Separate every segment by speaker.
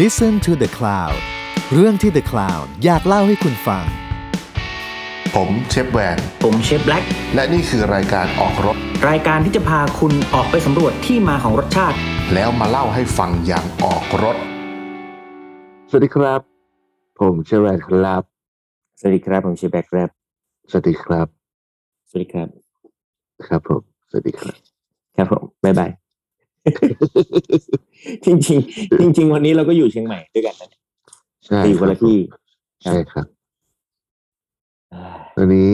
Speaker 1: Listen to the Cloud เรื่องที่ The Cloud อยากเล่าให้คุณฟัง
Speaker 2: ผมเชฟแวน
Speaker 3: ผมเชฟแบล็ก
Speaker 2: และนี่คือรายการออกรถ
Speaker 3: รายการที่จะพาคุณออกไปสำรวจที่มาของรสชาติ
Speaker 2: แล้วมาเล่าให้ฟังอย่างออกรถ
Speaker 4: สวัสดีครับ ผมเชอแรนครับ
Speaker 3: สวัสดีครับผมเชฟแบล็กครับ
Speaker 4: สวัสดีครับ
Speaker 3: สวัสดีครับ
Speaker 4: ครับผมสวัสดีครับ
Speaker 3: ครับผมบ๊ายบาย จริงจริงๆ จริง ๆ วันนี้เราก็อยู่เชียงใหม่ด้วยกันนะ
Speaker 4: ใช่
Speaker 3: แต่อยู่คนละที่
Speaker 4: ใช่ครับ
Speaker 3: อ่า
Speaker 4: วันนี้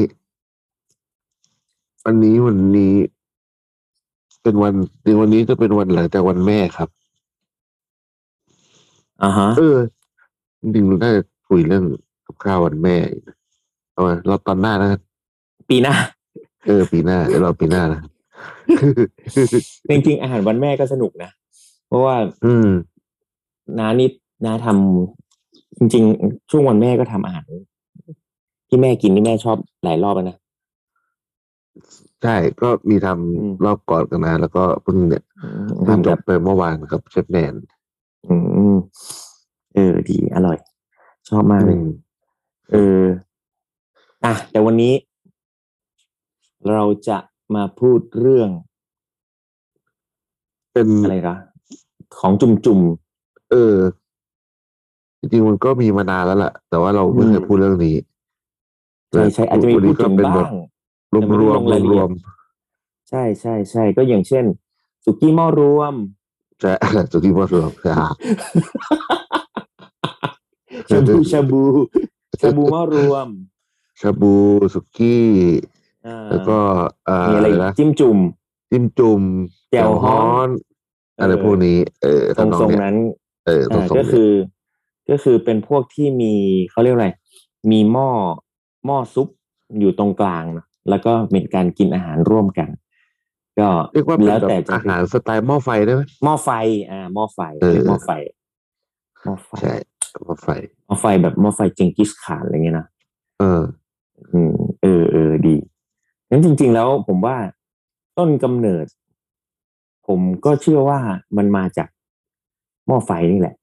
Speaker 4: วันนี้วันนี้ เป็นวันในวันนี้จะเป็นวันหลังจากวันแม่ครับ
Speaker 3: อ่าฮะ
Speaker 4: เออจริงๆเราได้คุยเรื่องกับข้าววันแม่อีกนะเอาไว้เราตอนหน้านะ
Speaker 3: ปีหน้า
Speaker 4: เออปีหน้าเดี๋ยวเราปีหน้านะ
Speaker 3: จริงๆอาหารวันแม่ก็สนุกนะ เพราะว่า
Speaker 4: อืม
Speaker 3: น้านิดน้าทำจริง ๆ ช่วงวันแม่ก็ทำอาหารที่แม่กินที่แม่ชอบหลายรอบแล้วนะ
Speaker 4: ใช่ก็มีทำ
Speaker 3: อืม
Speaker 4: รอบก่อนกันนะแล้วก็เพิ่งเนี่ย
Speaker 3: อืม
Speaker 4: เพิ่ง
Speaker 3: ทำ
Speaker 4: จ
Speaker 3: แบบ
Speaker 4: บไปเมื่อวานครับเชฟแนน
Speaker 3: อืมเออ ดี อร่อย ชอบมากเลย
Speaker 4: อืม
Speaker 3: เออ อ่ะ แต่วันนี้ เราจะมาพูดเรื่อง
Speaker 4: เป็น
Speaker 3: อะไรคะของจุ่มจุ่ม
Speaker 4: เออ จริงๆมันก็มีมานานแล้วล่ะ แต่ว่าเราไม่เคย
Speaker 3: อืม
Speaker 4: พูดเรื่องนี้
Speaker 3: ๆใช่ใช่อาจจะมี
Speaker 4: วัน
Speaker 3: พู
Speaker 4: นี้
Speaker 3: ดถึง
Speaker 4: ก็เป็น
Speaker 3: บ้า
Speaker 4: แบบ
Speaker 3: ง
Speaker 4: รวม
Speaker 3: แต่ไม่
Speaker 4: ร
Speaker 3: ได้
Speaker 4: วม
Speaker 3: ลงรายละ
Speaker 4: ร
Speaker 3: เอียด
Speaker 4: วม
Speaker 3: ใช่ใช่ใช่ก็อย่างเช่นสุกี้หม้อรวม
Speaker 4: ๆใช่ สุกี้บอสรวมใช่
Speaker 3: ชาบูชาบู ชาบูหม้อรวม
Speaker 4: ชาบูสุกี้
Speaker 3: อ่า
Speaker 4: แล้วก็เอ่อ
Speaker 3: มี
Speaker 4: อะ
Speaker 3: อะไรไรอีก
Speaker 4: นะ
Speaker 3: จิ้มจุ่ม
Speaker 4: จิ้มจุ่ม
Speaker 3: แจ่วฮ้อน
Speaker 4: อะไรพวกนี้ เออ
Speaker 3: ทรง
Speaker 4: ทำนอ
Speaker 3: ทรง
Speaker 4: เย
Speaker 3: นั้น
Speaker 4: เออทรง
Speaker 3: อ่า
Speaker 4: ทรง
Speaker 3: ก็
Speaker 4: เนี่ย
Speaker 3: คือก็คือเป็นพวกที่มีเขาเรียกอะไร มีหม้อหม้อซุปอยู่ตรงกลางเนอะแล้วก็เป็นการกินอาหารร่วมกัน ก็
Speaker 4: เรียกว่าเป็น
Speaker 3: แล้ว
Speaker 4: แบบ
Speaker 3: แต่จะ
Speaker 4: อาหารสไตล์หม้อไฟได้ไหม
Speaker 3: หม้อไฟ อ่าหม้อไฟ
Speaker 4: เออ
Speaker 3: เรียกหม้อไฟหม้อไฟ
Speaker 4: ใช่หม้อไฟ
Speaker 3: หม้อไฟแบบหม้อไฟเจงกิสข่านอะไรเงี้ยนะ
Speaker 4: เออ
Speaker 3: อืมเออเออดีงั้นจริง ๆ แล้วผมว่าต้นกำเนิด ผมก็เชื่อว่ามันมาจากหม้อไฟนี่แหละ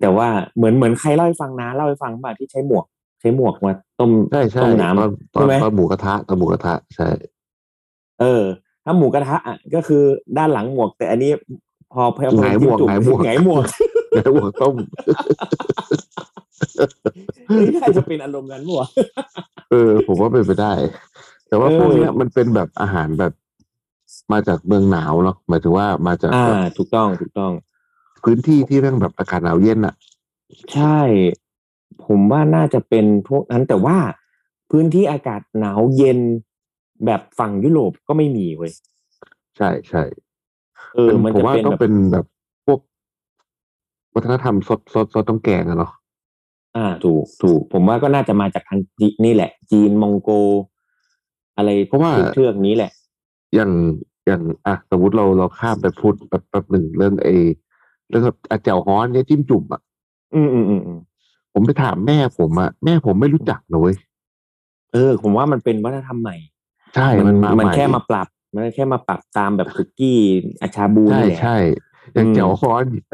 Speaker 3: แต่ว่าเหมือนเหมือนใครเล่าให้ฟังนะเล่าให้ฟังป่ะที่ใช้หมวก ใช้หมวกมาต้ม
Speaker 4: ใช่ใช่
Speaker 3: ต้มน้ำ
Speaker 4: ตอนตอ
Speaker 3: ใช่
Speaker 4: น
Speaker 3: ไหม
Speaker 4: ตอนหมูกระทะตอนหมูกระทะใช่
Speaker 3: เออ ถ้าหมูกระทะอ่ะก็คือด้านหลังหมวก แต่อันนี้พอพอพอ
Speaker 4: หงายหมวก
Speaker 3: จิ้จุ่
Speaker 4: หงายหมวก
Speaker 3: หงายหมวก
Speaker 4: แล้วหัวต้ม
Speaker 3: นี่ น่าจะเป็นอารมณ์นั้นหมวก
Speaker 4: เออ ผมว่าเป็นไปได้ แต่ว่า
Speaker 3: เออ
Speaker 4: พวกเนี้ยมันเป็นแบบอาหารแบบ มาจากเมืองหนาวเนาะหมายถึงว่ามาจาก
Speaker 3: อ่า
Speaker 4: แบบ
Speaker 3: ถูกต้องถูกต้อง
Speaker 4: พื้นที่ที่แม่งแบบอากาศหนาวเย็นอะ
Speaker 3: ใช่ ผมว่าน่าจะเป็นพวกนั้นแต่ว่าพื้นที่อากาศหนาวเย็นแบบฝั่งยุโรปก็ไม่มีเว้ย
Speaker 4: ใช่ใช่
Speaker 3: เออ มัน
Speaker 4: ผม
Speaker 3: จะ
Speaker 4: ว่า
Speaker 3: เป็น
Speaker 4: ต้อง
Speaker 3: แบบ
Speaker 4: เป็นแบบพวก วัฒนธรรมซดซดซดต้องแกงอะเนาะ
Speaker 3: อ่า ถูกถูก ผมว่าก็น่าจะมาจากทางจีนี่แหละ จีนมองโก อะไร
Speaker 4: เพราะว่า
Speaker 3: เทือกนี้แหละ
Speaker 4: อย่างอย่างอ่ะสมมติเราเราข้ามไปพูดแบบแบบหนึ่งเรื่องไอเรื่องแบบอ่ะแจ่วฮ้อนเนี่ยจิ้มจุ่มอะ
Speaker 3: อืมอืมอืมอืม
Speaker 4: ผมไปถามแม่ผมอะแม่ผมไม่รู้จักนะเลย
Speaker 3: เออผมว่ามันเป็นวัฒนธรรมใหม่
Speaker 4: ใช่มันมา
Speaker 3: มัน
Speaker 4: ใหม่
Speaker 3: แค่มาปรับ มันแค่มาปรับตามแบบคุกกี้อาชาบู
Speaker 4: ใช่
Speaker 3: นี่แหละ
Speaker 4: ใช่อย่าง
Speaker 3: อืม
Speaker 4: แจ่วฮ้อน เนี่ย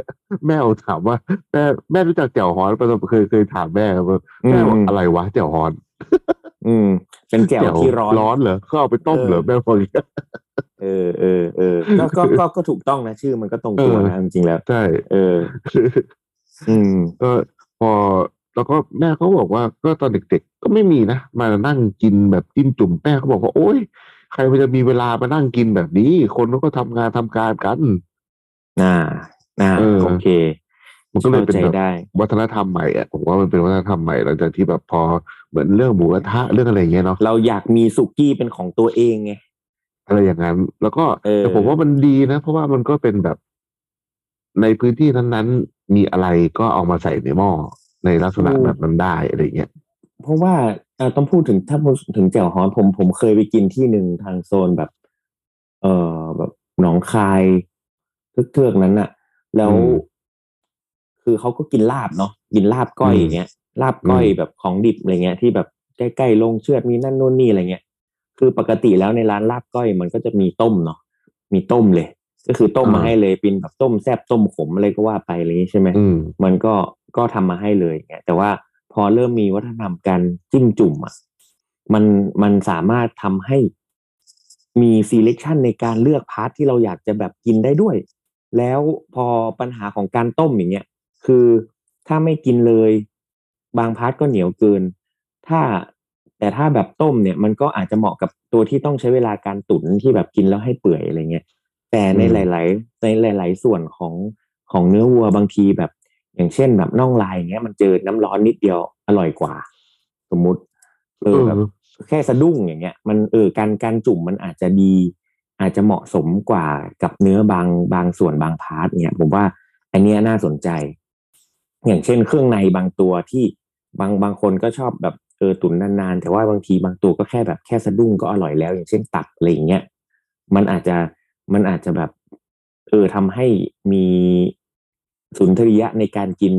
Speaker 4: แม่ผมถามว่าแม่แม่รู้จักแจ่วฮ้อนประสบเคยเคยถามแม่ครับว่า
Speaker 3: อื
Speaker 4: แม่
Speaker 3: ม
Speaker 4: บอกอะไรวะแจ่วฮ้อน
Speaker 3: อืม เป็นแจ่วที่ร้อน
Speaker 4: ร้อนเหรอเขาเอาไปต้มเหรอ
Speaker 3: เออ
Speaker 4: แม่บอกอย่างเงี้ย
Speaker 3: เออเออเออก็ก็ก็ก็ถูกต้องนะชื่อมันก็ตรงตัว
Speaker 4: เออ
Speaker 3: นะจริงๆแล้ว
Speaker 4: ใช่
Speaker 3: เออ อืม
Speaker 4: ก็พอแล้วก็แม่เขาบอกว่าก็ตอนเด็กๆก็ไม่มีนะมานั่งกินแบบจิ้มจุ่มแม่เขาบอกว่าโอ๊ยใครมันจะมีเวลามานั่งกินแบบนี้ คนเขาก็ทำงานทำการกัน
Speaker 3: น่า น่า
Speaker 4: เออ
Speaker 3: โอเค
Speaker 4: มันก็เลยเป็น
Speaker 3: ข้า
Speaker 4: แบบ
Speaker 3: ใจได้
Speaker 4: วัฒนธรรมใหม่อ่ะผมว่ามันเป็นวัฒนธรรมใหม่หลังจากที่แบบพอเหมือนเรื่องหมูกระทะเรื่องอะไรอย่างเงี้ยเนาะ
Speaker 3: เราอยากมีสุกี้เป็นของตัวเองไง
Speaker 4: อะไรอย่างนั้น แล้วก็
Speaker 3: เออ
Speaker 4: แต่ผมว่ามันดีนะ เพราะว่ามันก็เป็นแบบ ในพื้นที่นั้นๆ มีอะไรก็เอามาใส่ในหม้อในลักษณะแบบนั้นได้อะไรเงี้ย
Speaker 3: เพราะว่าเอ่อต้องพูดถึงถ้าพูดถึงแจ่วฮ้อนผมผมเคยไปกินที่หนึ่งทางโซนแบบ เออแบบหนองคายเทือกๆนั้นน่ะ แล้ว คือเขาก็กินลาบเนาะกินลาบก้อยอย่างเงี้ยลาบก้อยแบบของดิบอะไรเงี้ย ที่แบบใกล้ๆลงเชือดมีนั่นนู่นนี่อะไรเงี้ย คือปกติแล้วในร้านลาบก้อยมันก็จะมีต้มเนาะมีต้มเลย ก็คือต้มมา
Speaker 4: อ่า
Speaker 3: ให้เลยเป็นแบบต้มแซบต้มขมอะไรก็ว่าไปอะไรอย่างนี้ใช่ไหม
Speaker 4: อืม
Speaker 3: มันก็ก็ทำมาให้เลยไงแต่ว่าพอเริ่มมีวัฒนธรรมการจิ้มจุ่มอ่ะมันมันสามารถทำให้มี selection ในการเลือกพาร์ทที่เราอยากจะแบบกินได้ด้วย แล้วพอปัญหาของการต้มอย่างเงี้ยคือถ้าไม่กินเลย บางพาร์ทก็เหนียวเกิน ถ้าแต่ถ้าแบบต้มเนี่ย มันก็อาจจะเหมาะกับตัวที่ต้องใช้เวลาการตุ๋นที่แบบกินแล้วให้เปื่อยอะไรเงี้ย แต่ใน
Speaker 4: อืม
Speaker 3: หลาย ๆ ในหลาย ๆ ส่วนของของเนื้อวัวบางทีแบบ อย่างเช่นแบบน่องลายอย่างเงี้ยมันเจอน้ำร้อนนิดเดียวอร่อยกว่า สมมุติเออแบบ แค่สะดุ้งอย่างเงี้ยมันเออการการจุ่มมันอาจจะดี อาจจะเหมาะสมกว่ากับเนื้อบางบางส่วนบางพาร์ทเนี่ยผมว่าอันเนี้ยน่าสนใจ อย่างเช่นเครื่องในบางตัวที่บางบางคนก็ชอบแบบเออตุ๋นนานๆ แต่ว่าบางทีบางตัวก็แค่แบบแค่สะดุ้งก็อร่อยแล้ว อย่างเช่นตับอะไรอย่างเงี้ยมันอาจจะมันอาจจะแบบเออทำให้มีสุนทรียะในการกิน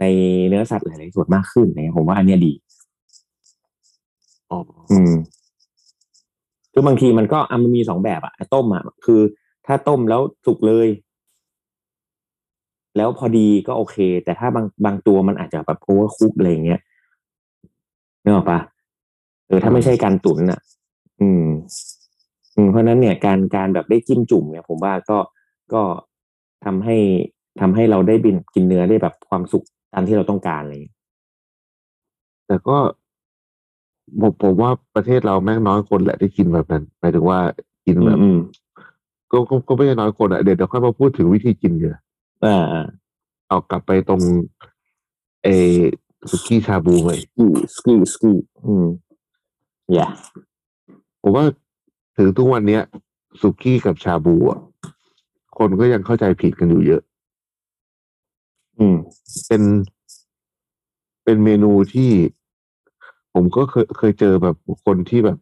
Speaker 3: ในเนื้อสัตว์หลายๆส่วนมากขึ้นเนี่ยผมว่าอันเนี้ยดี
Speaker 4: อ๋อ
Speaker 3: อืมคือบางทีมันก็อ่ะมันมีสองแบบอะต้มอะคือ ถ้าต้มแล้วสุกเลย แล้วพอดีก็โอเค แต่ถ้าบางบางตัวมันอาจจะแบบโอเวอร์คุกอะไรอย่างเงี้ยนึกออกปะเออถ้าไม่ใช่การตุ๋นอะอืม อืมเพราะฉะนั้นเนี่ยการการแบบได้จิ้มจุ่มเนี่ย ผมว่าก็ก็ทำให้ทำให้เราได้บินกินเนื้อได้แบบความสุขตามที่เราต้องการอะไรอย่างเงี้ย
Speaker 4: แต่ก็ผมผมว่าประเทศเราแม่งน้อยคนแหละที่กินแบบนั้นหมายถึงว่ากิน
Speaker 3: อื
Speaker 4: แบ
Speaker 3: ม
Speaker 4: บ
Speaker 3: อืม
Speaker 4: ก็ก็ก็ไม่ใช่น้อยคนอ่ะเดี๋ยวเดี๋ยวค่อยมาพูดถึงวิธีกินเดี๋ยว
Speaker 3: อ่าอ่า
Speaker 4: เอากลับไปตรงเออสุกี้ชาบูเลย
Speaker 3: สกีสกีสกีอืมอย่า
Speaker 4: ผมว่าถึงทุกวันเนี้ยสุกี้กับชาบูอ่ะคนก็ยังเข้าใจผิดกันอยู่เยอะ
Speaker 3: อืม
Speaker 4: เป็นเป็นเมนูที่ผมก็เคยเคยเจอแบบคนที่แบบ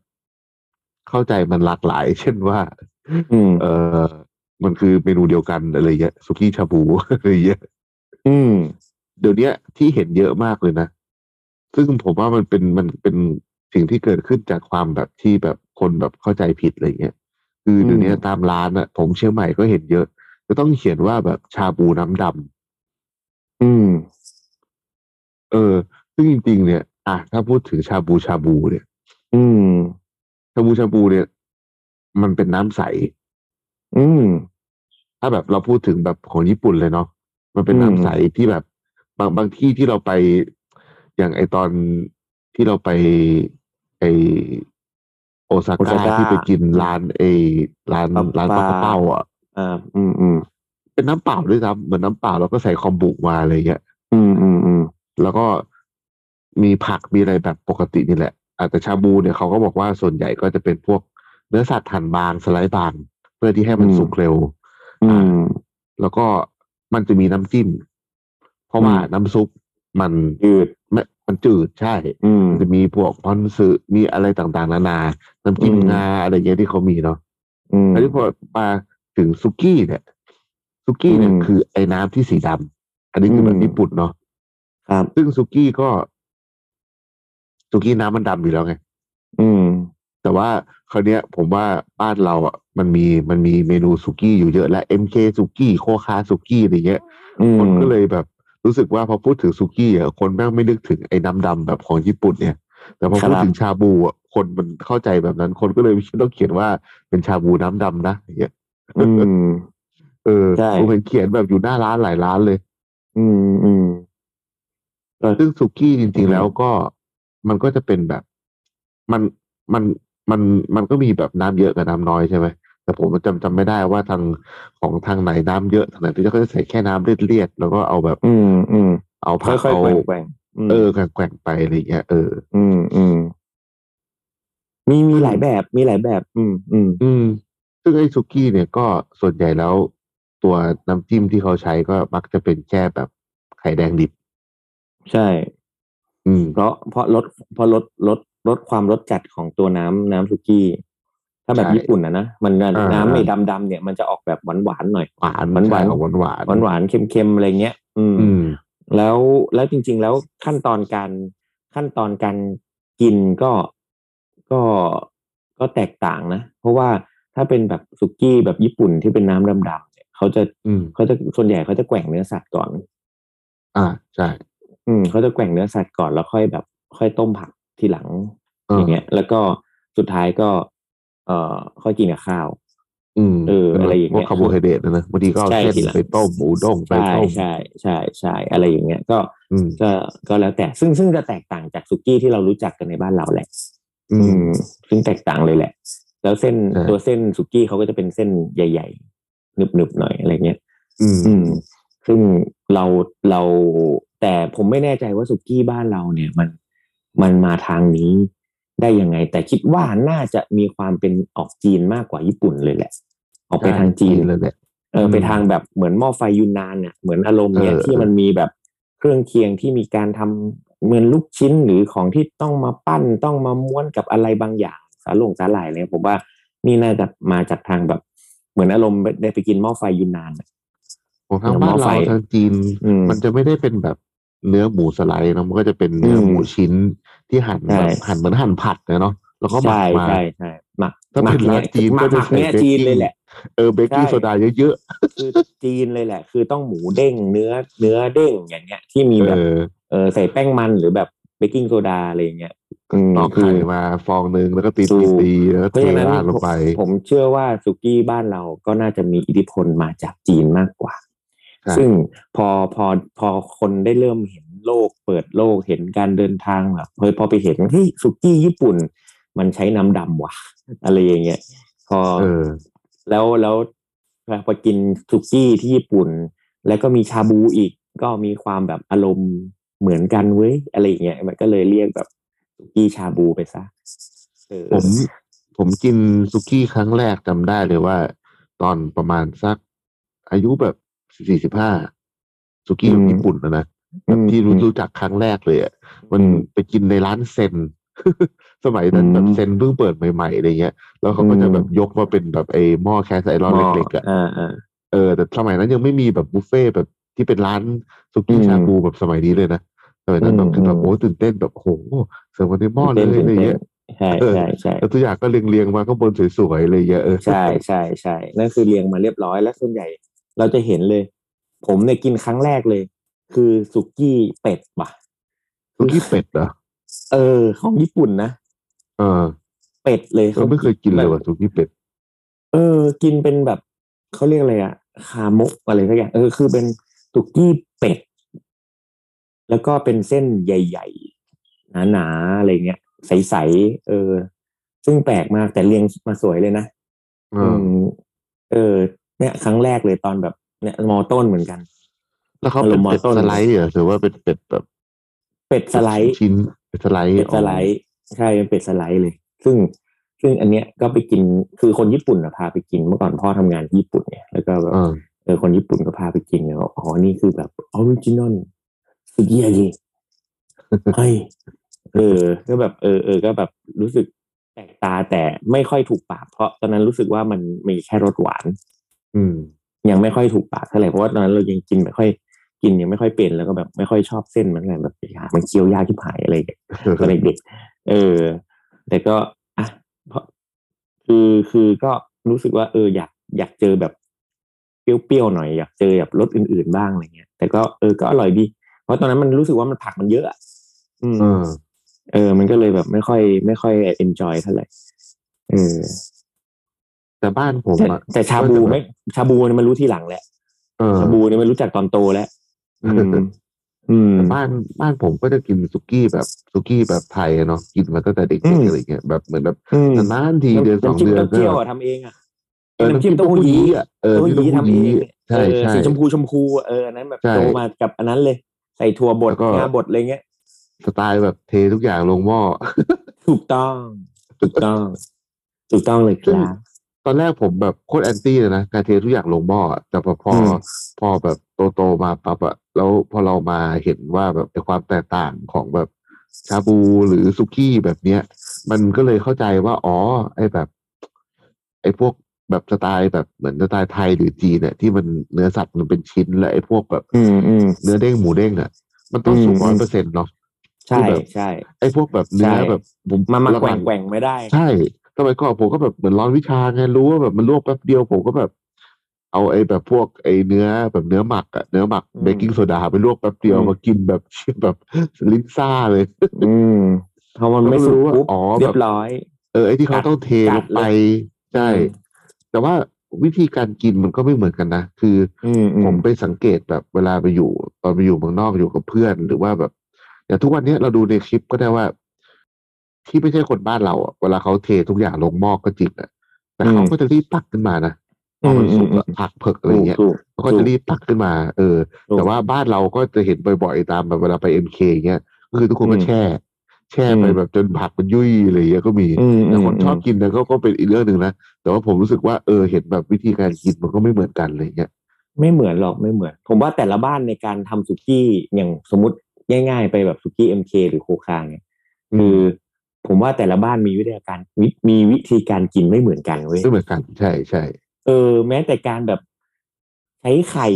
Speaker 4: เข้าใจมันหลากหลาย เช่นว่า
Speaker 3: อืม
Speaker 4: เออมันคือเมนูเดียวกันอะไรเงี้ยสุกี้ชาบู อะไรเงี้ย
Speaker 3: อืม
Speaker 4: เดี๋ยวเนี้ยที่เห็นเยอะมากเลยนะ ซึ่งผมว่ามันเป็นมันเป็นสิ่งที่เกิดขึ้นจากความแบบที่แบบคนแบบเข้าใจผิดอะไรเงี้ยคือเดี๋ยวเนี้ย
Speaker 3: อืม
Speaker 4: ตามร้านอะผมเชียงใหม่ก็เห็นเยอะ จะต้องเขียนว่าแบบชาบูน้ำดำ
Speaker 3: อืม
Speaker 4: เออ ซึ่งจริงๆ เนี่ย อ่ะ ถ้าพูดถึงชาบูชาบูเนี่ย
Speaker 3: อืม
Speaker 4: ชาบูชาบูเนี่ย มันเป็นน้ำใส
Speaker 3: อืม
Speaker 4: ถ้าแบบเราพูดถึงแบบของญี่ปุ่นเลยเนาะ มันเป็น
Speaker 3: อืม
Speaker 4: น้ำใสที่แบบ บางบางที่ที่เราไป อย่างไอตอนที่เราไปไอโอซา
Speaker 3: โอ
Speaker 4: ก้า
Speaker 3: ซาก้า
Speaker 4: ที่ไปกินร้านไอร้าน
Speaker 3: ปลา
Speaker 4: ร้าน
Speaker 3: ป
Speaker 4: ป
Speaker 3: ลา
Speaker 4: ลากระเป้าอ่ะ
Speaker 3: อ่า อืม อืม
Speaker 4: เป็นน้ำเปล่าด้วยซ้ำเหมือนน้ำเปล่าเราก็ใส่คอมบุมาอะไรเงี้ย
Speaker 3: อืม อืม อืม
Speaker 4: แล้วก็มีผักมีอะไรแบบปกตินี่แหละอ่ะแต่ชาบูเนี่ยเขาก็บอกว่าส่วนใหญ่ก็จะเป็นพวกเนื้อสัตว์หั่นบางสไลด์บาง เพื่อที่ให้มัน
Speaker 3: อืม
Speaker 4: สุกเร็ว
Speaker 3: อืม
Speaker 4: แล้วก็มันจะมีน้ำจิ้ม เพราะว่า
Speaker 3: อืม
Speaker 4: น้ำซุปมัน
Speaker 3: ยืด
Speaker 4: ไม่มันจืดใช่
Speaker 3: อืม
Speaker 4: มันจะมีพวกพอนซึมีอะไรต่างๆ นานา น้ำจิ้ม
Speaker 3: อืม
Speaker 4: งาอะไรเงี้ยที่เขามีเนาะ
Speaker 3: อืม
Speaker 4: อันนี้พอมาถึงซุกี้เนี่ยซุกี้เนี่ย
Speaker 3: อืม
Speaker 4: คือไอ้น้ำที่สีดำอันนี้คือแบบ
Speaker 3: อืม
Speaker 4: ญี่ปุ่นเนาะ
Speaker 3: ครับ
Speaker 4: ซึ่งซุกี้ก็ซุกี้น้ำมันดำอยู่แล้วไง
Speaker 3: อืม
Speaker 4: แต่ว่าคราวเนี้ย ผมว่าบ้านเราอ่ะมันมีมันมีเมนูซุกี้อยู่เยอะและ MK ซุกี้โคคาซุกี้อะไรเงี้ย
Speaker 3: อืม
Speaker 4: คนก็เลยแบบรู้สึกว่าพอพูดถึงซุกี้อ่ะคนแม่งไม่นึกถึงไอ้น้ำดำแบบของญี่ปุ่นเนี่ย แต่พอพูดถึงชาบูอ่ะคนมันเข้าใจแบบนั้น คนก็เลยไม่ต้องเขียนว่าเป็นชาบูน้ำดำนะอย่างเงี้ย
Speaker 3: อืม
Speaker 4: เออ
Speaker 3: ใช่
Speaker 4: ผมเห็นเขียนแบบอยู่หน้าร้านหลายร้านเลย
Speaker 3: อืม อืม
Speaker 4: ซึ่งสุกี้จริง
Speaker 3: อื
Speaker 4: ๆ
Speaker 3: ม
Speaker 4: แล้วก็มันก็จะเป็นแบบมันมันมันมันก็มีแบบน้ำเยอะกับน้ำน้อยใช่ไหมแต่ผมจำจำไม่ได้ว่าทางของทางไหนน้ำเยอะทางไหนที่เขาจะใส่แค่น้ำเลียดๆแล้วก็เอาแบบ
Speaker 3: อืม อืม
Speaker 4: เอาผั
Speaker 3: ค่
Speaker 4: ก
Speaker 3: อย
Speaker 4: เอา
Speaker 3: ๆแกว่งแกว่งม
Speaker 4: เออแกว่งๆไปอะไรอย่างเงี้ยเออ
Speaker 3: อืม อืม มีมีหลายแบบ มีหลายแบบ อืม อืม
Speaker 4: อืม ซึ่งไอ้สุกี้เนี่ยก็ส่วนใหญ่แล้วตัวน้ำจิ้มที่เขาใช้ก็มักจะเป็นแค่แบบไข่แดงดิบ
Speaker 3: ใช่
Speaker 4: อืม
Speaker 3: เพราะเพราะลดเพราะลดลดลดความรสจัดของตัวน้ำน้ำสุกี้ ถ้าแบบ
Speaker 4: ใช่
Speaker 3: ญี่ปุ่นนะนะมัน
Speaker 4: อ่า
Speaker 3: น้ำไอ้ดำดำๆเนี่ยมันจะออกแบบหวานหวานๆหน่อย
Speaker 4: หวาน
Speaker 3: หวานๆ
Speaker 4: ใช่ออกหวานหวาน
Speaker 3: หวานหวานๆเค็มเค็มๆอะไรเงี้ยอืม
Speaker 4: อืม
Speaker 3: แล้วแล้วจริง ๆ แล้วขั้นตอนการขั้นตอนการกินก็ก็ก็แตกต่างนะ เพราะว่า ถ้าเป็นแบบสุกี้แบบญี่ปุ่นที่เป็นน้ำดำๆเนี่ยเขาจะ
Speaker 4: อืม
Speaker 3: เขาจะส่วนใหญ่เขาจะแกว่งเนื้อสัตว์ก่อน
Speaker 4: อ่าใช่
Speaker 3: อืมเขาจะแกว่งเนื้อสัตว์ก่อนแล้วค่อยแบบ ค่อยต้มผักทีหลัง
Speaker 4: เออ
Speaker 3: อ
Speaker 4: อย่าง
Speaker 3: เงี้ย แล้วก็สุดท้ายก็ เอ่อค่อยกินกับข้าว
Speaker 4: อืม
Speaker 3: เอออะไรอย่างเงี้ย
Speaker 4: พวกคาร์โบไฮเดรตนะนะบางทีก็เอา
Speaker 3: ใช่
Speaker 4: เส้น
Speaker 3: ทีหลัง
Speaker 4: ไปต้มหมูด้งไป
Speaker 3: ใช่
Speaker 4: ต้ม
Speaker 3: ใช่ใช่ใช่อะไรอย่างเงี้ยก็
Speaker 4: อืม
Speaker 3: ก็ก็แล้วแต่ซึ่งซึ่งจะแตกต่างจากสุกี้ที่เรารู้จักกันในบ้านเราแหละ
Speaker 4: อื
Speaker 3: อื
Speaker 4: ม
Speaker 3: มซึ่งแตกต่างเลยแหละ แล้วเส้น
Speaker 4: ใช่
Speaker 3: ตัวเส้นสุกี้เขาก็จะเป็นเส้นใหญ่ๆหนึบๆหน่อยอะไรเงี้ย
Speaker 4: อืม
Speaker 3: อืม ซึ่งเราเราแต่ผมไม่แน่ใจว่าสุกี้บ้านเราเนี่ย มันมันมาทางนี้ได้ยังไง แต่คิดว่าน่าจะมีความเป็นออกจีนมากกว่าญี่ปุ่นเลยแหละ ออกไป
Speaker 4: ใช่
Speaker 3: ทางจีน
Speaker 4: เลยแหละ
Speaker 3: เอออ
Speaker 4: ม
Speaker 3: ไปทางแบบเหมือนหม้อไฟยูนนานเนี่ยเหมือนอารมณ์เนี่ย
Speaker 4: เออ
Speaker 3: ที่มันมีแบบเครื่องเคียงที่มีการทำเหมือนลูกชิ้นหรือของที่ต้องมาปั้นต้องมาม้วนกับอะไรบางอย่าง สาหลงสาหร่ายเนี่ยผมว่านี่น่าจะมาจากทางแบบ เหมือนอารมณ์ได้ไปกินหม้อไฟยูนนานอะ
Speaker 4: ของทางบ้าน
Speaker 3: หม้อไฟ
Speaker 4: เราทางจีน
Speaker 3: อืม
Speaker 4: มันจะไม่ได้เป็นแบบเนื้อหมูสไลด์เนอะมันก็จะเป็นเนื้ออ
Speaker 3: ม
Speaker 4: หมูชิ้นที่หั่น
Speaker 3: ใช่
Speaker 4: แบบหั่นเหมือนหั่นผัดนะเนาะแล้วก็หมักมา
Speaker 3: ใช่ใช่ใช่หมัก
Speaker 4: ถ้า
Speaker 3: หมั
Speaker 4: เป็นร้านจีน
Speaker 3: หมั
Speaker 4: ก็
Speaker 3: ก
Speaker 4: จะ
Speaker 3: หมัก
Speaker 4: ใส่
Speaker 3: เนี้ย
Speaker 4: เบก
Speaker 3: จี
Speaker 4: กิ้
Speaker 3: น
Speaker 4: ง
Speaker 3: เลยแหละ
Speaker 4: เออเบกกิ้ง
Speaker 3: ใช่
Speaker 4: โซดาเยอะ
Speaker 3: คือจีนเลยแหละ คือต้องหมูเด้งเนื้อเนื้อเด้งอย่างเงี้ย ที่มี
Speaker 4: ๆ
Speaker 3: แบ
Speaker 4: เอบ อ
Speaker 3: เออใส่แป้งมันหรือแบบเบกกิ้งโซดาอะไรอย่างเงี้ยอืม
Speaker 4: เอาไข่มาฟองหนึ่งแล้วก็ตี
Speaker 3: ถู
Speaker 4: ตี
Speaker 3: ก
Speaker 4: ตีแล้วก็
Speaker 3: เพราะ
Speaker 4: เท
Speaker 3: ฉะนั้น
Speaker 4: ราดลงไป
Speaker 3: ผมผมเชื่อว่าสุกี้บ้านเราก็น่าจะมีอิทธิพลมาจากจีนมากกว่า
Speaker 4: ครับ
Speaker 3: ซึ่งพอพอพอคนได้เริ่มเห็นโลก เปิดโลกเห็นการเดินทางแบบเฮ้ยพอไปเห็นเฮ้ยสุกี้ญี่ปุ่น มันใช้น้ำดำว่ะ อะไรอย่างเงี้ยพอ
Speaker 4: เออ
Speaker 3: แล้วแล้วพอกินซุกี้ที่ญี่ปุ่น แล้วก็มีชาบูอีกก็มีความแบบอารมณ์เหมือนกันเว้ยอะไรอย่างเงี้ยมันก็เลยเรียกแบบซุกี้ชาบูไปซะเออ
Speaker 4: ผมผมกินสุกี้ครั้งแรกจำได้เลยว่า ตอนประมาณสัก อายุแบบสี่สิบห้าสุกี้ญี่ปุ่นนะนะแบบที่รู้รู้จักครั้งแรกเลยอะ มัน
Speaker 3: อืม
Speaker 4: ไปกินในร้านเซน สมัยนั้นแบบ
Speaker 3: อืม
Speaker 4: เซนเพิ่งเปิดใหม่ๆอะไรเงี้ย แล้วเขาก็จะ
Speaker 3: อืม
Speaker 4: แบบยกมาเป็นแบบไอ้หม้อแคสไอรอนเล็กๆอ่ะ
Speaker 3: อ่าอ่า
Speaker 4: เออแต่สมัยนั้นยังไม่มีแบบบุฟเฟ่ต์แบบที่เป็นร้านสุกี้
Speaker 3: อืม
Speaker 4: ชาบูแบบสมัยนี้เลยนะ สมัยนั้น
Speaker 3: อืม
Speaker 4: แบบคือแบบ
Speaker 3: อืม
Speaker 4: โอ้ตื่นเต้นแบบโอ้โหเสิร์ฟมาในหม้อเลย
Speaker 3: ต้น
Speaker 4: อะไร
Speaker 3: ต้น
Speaker 4: เงี้ย
Speaker 3: ใช่
Speaker 4: เออ
Speaker 3: ใช่ใช่
Speaker 4: แล้วตัวอย่างก็เรียงๆมาข้างบนสวยๆอะไรเงี้ยเออ
Speaker 3: ใช่ใช่ใช่นั่นคือเรียงมาเรียบร้อยแล้วส่วนใหญ่ เราจะเห็นเลย ผมเนี่ยกินครั้งแรกเลย คือสุกี้เป็ดว่ะ
Speaker 4: สุกี้เป็ดเหรอ
Speaker 3: เออ ของญี่ปุ่นนะ
Speaker 4: เออ
Speaker 3: เป็ดเลย
Speaker 4: เราไม่เคยกินเลยว่ะ
Speaker 3: แบบ
Speaker 4: สุกี้เป็ด
Speaker 3: เออ กินเป็นแบบเขาเรียกอะไรอะคาโมกอะไรสักอย่างเออคือเป็นสุกี้เป็ด แล้วก็เป็นเส้นใหญ่ๆ หนาๆอะไรเงี้ย ใสๆเออ ซึ่งแปลกมากแต่เรียงมาสวยเลยนะ
Speaker 4: เอออ
Speaker 3: มเออ เนี่ย ครั้งแรกเลยตอนแบบเนี่ยมอต้นเหมือนกัน
Speaker 4: แล้วเขาเป็นเป็ด
Speaker 3: อารมณ์มอต้น
Speaker 4: สไลด์เหรอหรือว่าเป็นเป็ดแบบ
Speaker 3: เป็ดสไลด์
Speaker 4: ชิ้นๆเป็ดสไลด์
Speaker 3: เป็ดสไลด์ใช่เป็นเป็ดสไลด์เลย ซึ่งซึ่งอันเนี้ยก็ไปกินคือคนญี่ปุ่นนะพาไปกินเมื่อก่อนพ่อทำงานที่ญี่ปุ่นเนี่ยแล้วก็แบบ
Speaker 4: เออ
Speaker 3: เออคนญี่ปุ่นก็พาไปกินเนี่ยบอกอ๋อ นี่คือแบบออริจินอลสุกี้ยาเย เฮ้ยเออ ก็แบบเออเออก็แบบรู้สึกแปลกตาแต่ไม่ค่อยถูกปาก เพราะตอนนั้นรู้สึกว่ามันมีแค่รสหวาน
Speaker 4: อืม
Speaker 3: ยังไม่ค่อยถูกปากเท่าไหร่เพราะว่าตอนนั้นเรายังกินไม่ค่อยกินยังไม่ค่อยเป็นแล้วก็แบบไม่ค่อยชอบเส้นมันอะไรแบบยากมันเคี้ยวยากที่ผายอะไรอย่างเงี้ย ตอนเด็กๆเออ แต่ก็อ่ะเพราะคือคือก็รู้สึกว่า เออ อยากอยากเจอแบบเปรี้ยวๆหน่อยอยากเจอแบบรสอื่นๆบ้างอะไรเงี้ย แต่ก็เออก็อร่อยดี เพราะตอนนั้นมันรู้สึกว่ามันผักมันเยอะอะอืม
Speaker 4: เออ
Speaker 3: เออ มันก็เลยแบบไม่ค่อย ไม่ค่อยเอนจอยเท่าไหร่เออ
Speaker 4: แต่บ้านผม
Speaker 3: แต่
Speaker 4: อะ
Speaker 3: แต่ชาบูไม่ชาบูเนี่ยมันรู้ทีหลังแหละ
Speaker 4: เออ
Speaker 3: ชาบูเนี่ยมันรู้จักตอนโตแล้วอืม อืม
Speaker 4: บ้านบ้านผมก็จะกินสุกี้แบบสุกี้แบบไทยอะเนาะกินมาตั้งแต่เด็ก
Speaker 3: อืม
Speaker 4: ๆอะไรเงี้ยแบบเหมือนแบบ
Speaker 3: อืม
Speaker 4: นานๆทีเดือนสอง
Speaker 3: ำจิ้ม
Speaker 4: เดือน
Speaker 3: น้ำเจียวอะทำเองอะ
Speaker 4: เออ
Speaker 3: น้ำจิ้มเต้าหู้ยี้
Speaker 4: อะเออ
Speaker 3: เต้า
Speaker 4: ที่เต้า
Speaker 3: หู้ยี้ทำเอ
Speaker 4: หู้
Speaker 3: ง
Speaker 4: ยี้ใช่
Speaker 3: เออ
Speaker 4: ใช่
Speaker 3: สีชมพูชมพูอะเอออันนั้นแบบ
Speaker 4: ใช่
Speaker 3: โตมากับอันนั้นเลย ใส่ถั่วบด
Speaker 4: แล้วก็
Speaker 3: งาบดอะไรเงี้ย
Speaker 4: สไตล์แบบเททุกอย่างลงหม้อ
Speaker 3: ถูกต้อง ถูกต้อง ถูกต้องเลยค
Speaker 4: ซึ่ง
Speaker 3: รับ
Speaker 4: ตอนแรกผมแบบโคตรแอนตี้เลยนะการเททุกอย่างลงหม้ออะแต่พอพอ
Speaker 3: อืม
Speaker 4: พอแบบโตโตๆมาปั๊บอะแล้วพอเรามาเห็นว่าแบบไอ้ความแตกต่างของแบบชาบูหรือสุกี้แบบเนี้ย มันก็เลยเข้าใจว่าอ๋อ ไอ้แบบ ไอ้พวกแบบสไตล์แบบเหมือนสไตล์ไทยหรือจีนเนี่ยที่มันเนื้อสัตว์มันเป็นชิ้นและไอ้พวกแบบ
Speaker 3: อืมอืม
Speaker 4: เนื้อเด้งหมูเด้งอะมันต้อง
Speaker 3: อืม
Speaker 4: สุกร้อยเปอร์เซ็นต์เนาะ
Speaker 3: ใช่
Speaker 4: คือแบบ
Speaker 3: ใช่
Speaker 4: ไอ้พวกแบบเนื้อ
Speaker 3: ใช่
Speaker 4: แบบผ
Speaker 3: มามา
Speaker 4: ระ
Speaker 3: แก
Speaker 4: หว่
Speaker 3: ว่ง
Speaker 4: ง
Speaker 3: แกว่งไม่ได้
Speaker 4: ใช่ สมัยก่อนผมก็แบบเหมือนร้อนวิชาไงรู้ว่าแบบมันลวกแป๊บเดียวผมก็แบบ เอาไอ้แบบพวกไอ้เนื้อแบบเนื้อหมักอะเนื้อหมัก
Speaker 3: อืม
Speaker 4: เบกกิ้งโซดาไปลวกแป๊บเดียว
Speaker 3: อืม
Speaker 4: มากินแบบ แบบลิ้นซ่าเลย
Speaker 3: อืมพอมันไม่สุกปุ๊บ
Speaker 4: อ๋อแบบ
Speaker 3: เรียบร้อย
Speaker 4: เออไอ้ที่เขา
Speaker 3: กัด
Speaker 4: ต้องเท
Speaker 3: กั
Speaker 4: ล
Speaker 3: ด
Speaker 4: ง
Speaker 3: เล
Speaker 4: ไป
Speaker 3: ย
Speaker 4: ใช่ แต่ว่าวิธีการกินมันก็ไม่เหมือนกันนะคือ
Speaker 3: อืมอื
Speaker 4: ผมไปสังเกตแบบเวลาไปอยู่ ตอนไปอยู่เมืองนอกอยู่กับเพื่อนหรือว่าแบบอย่างทุกวันเนี้ยเราดูในคลิปก็ได้ว่า ที่ไม่ใช่คนบ้านเราอ่ะเวลาเขาเททุกอย่างลงหม้อก็จริงอ่ะแต่เขาก็จะรีบตักขึ้นมานะพอมันสุกอะผักเผือกอะไรเงี้ย
Speaker 3: ถูกถู
Speaker 4: เขาก็จะรีบตักขึ้นมา เออ
Speaker 3: ถูก
Speaker 4: แต่ว่าบ้านเราก็จะเห็นบ่อยๆตามแบบเวลาไปเอ็มเคเงี้ยก็คือทุกคนก็
Speaker 3: อืม
Speaker 4: แช่ แช่ไป
Speaker 3: อืม
Speaker 4: แบบจนผักมันยุ่ยอะไรเงี้ยก็มี
Speaker 3: อืม
Speaker 4: แต่คนชอบ
Speaker 3: ม
Speaker 4: กินนะก็ก็เป็นอีกเรื่องหนึ่งนะแต่ว่าผมรู้สึกว่าเออเห็นแบบวิธีการกินมันก็ไม่เหมือนกันอะไรเงี้ย
Speaker 3: ไม่เหมือนหรอกไม่เหมือน ผมว่าแต่ละบ้านในการทำสุกี้อย่างสมมติง่ายๆ ไปแบบสุกี้เอ็มเคหรือโคคาเนี่ยคือผมว่าแต่ละบ้านมีวิธีการมีมีวิธีการกินไม่เหมือนกันเว้ย
Speaker 4: ไม่เหมือนกันใช่ใช่
Speaker 3: เออแม้แต่การแบบใช้ไข่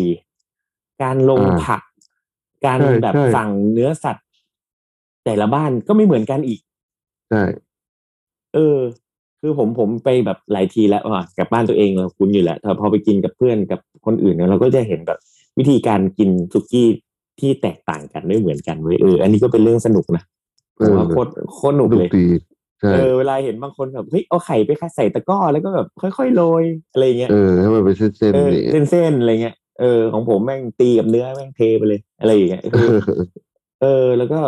Speaker 3: การลง
Speaker 4: อ่า
Speaker 3: ผัก การ
Speaker 4: ใช่
Speaker 3: แบบ
Speaker 4: ใช่
Speaker 3: สั่งเนื้อสัตว์ แต่ละบ้านก็ไม่เหมือนกันอีก
Speaker 4: ใช่
Speaker 3: เออ คือผมผมไปแบบหลายทีแล้วอ่ะกลับบ้านตัวเองเราคุ้นอยู่แล้วแต่พอไปกินกับเพื่อนกับคนอื่นเนี่ยเราก็จะเห็นแบบวิธีการกินสุกี้ที่แตกต่างกันไม่เหมือนกันเว้ยเอออันนี้ก็เป็นเรื่องสนุกนะผ
Speaker 4: เอ
Speaker 3: ม
Speaker 4: อ
Speaker 3: ว่าโคตรโคตรหนุก
Speaker 4: ดู
Speaker 3: เลย
Speaker 4: ดีใช่
Speaker 3: เออเวลาเห็นบางคนแบบเฮ้ยเอาไข่ไปใส่ตะกร้อแล้วก็แบบค่อยๆโรยอะไรอย่างเงี้ย
Speaker 4: เออให้มันเป็นเส้น
Speaker 3: เอ
Speaker 4: ๆ
Speaker 3: อ
Speaker 4: นี่
Speaker 3: เส้นเส้นๆอะไรเงี้ยเออของผมแม่งตีกับเนื้อแม่งเทไปเลยอะไรอย่างเงี้ยคือเออ แล้วก็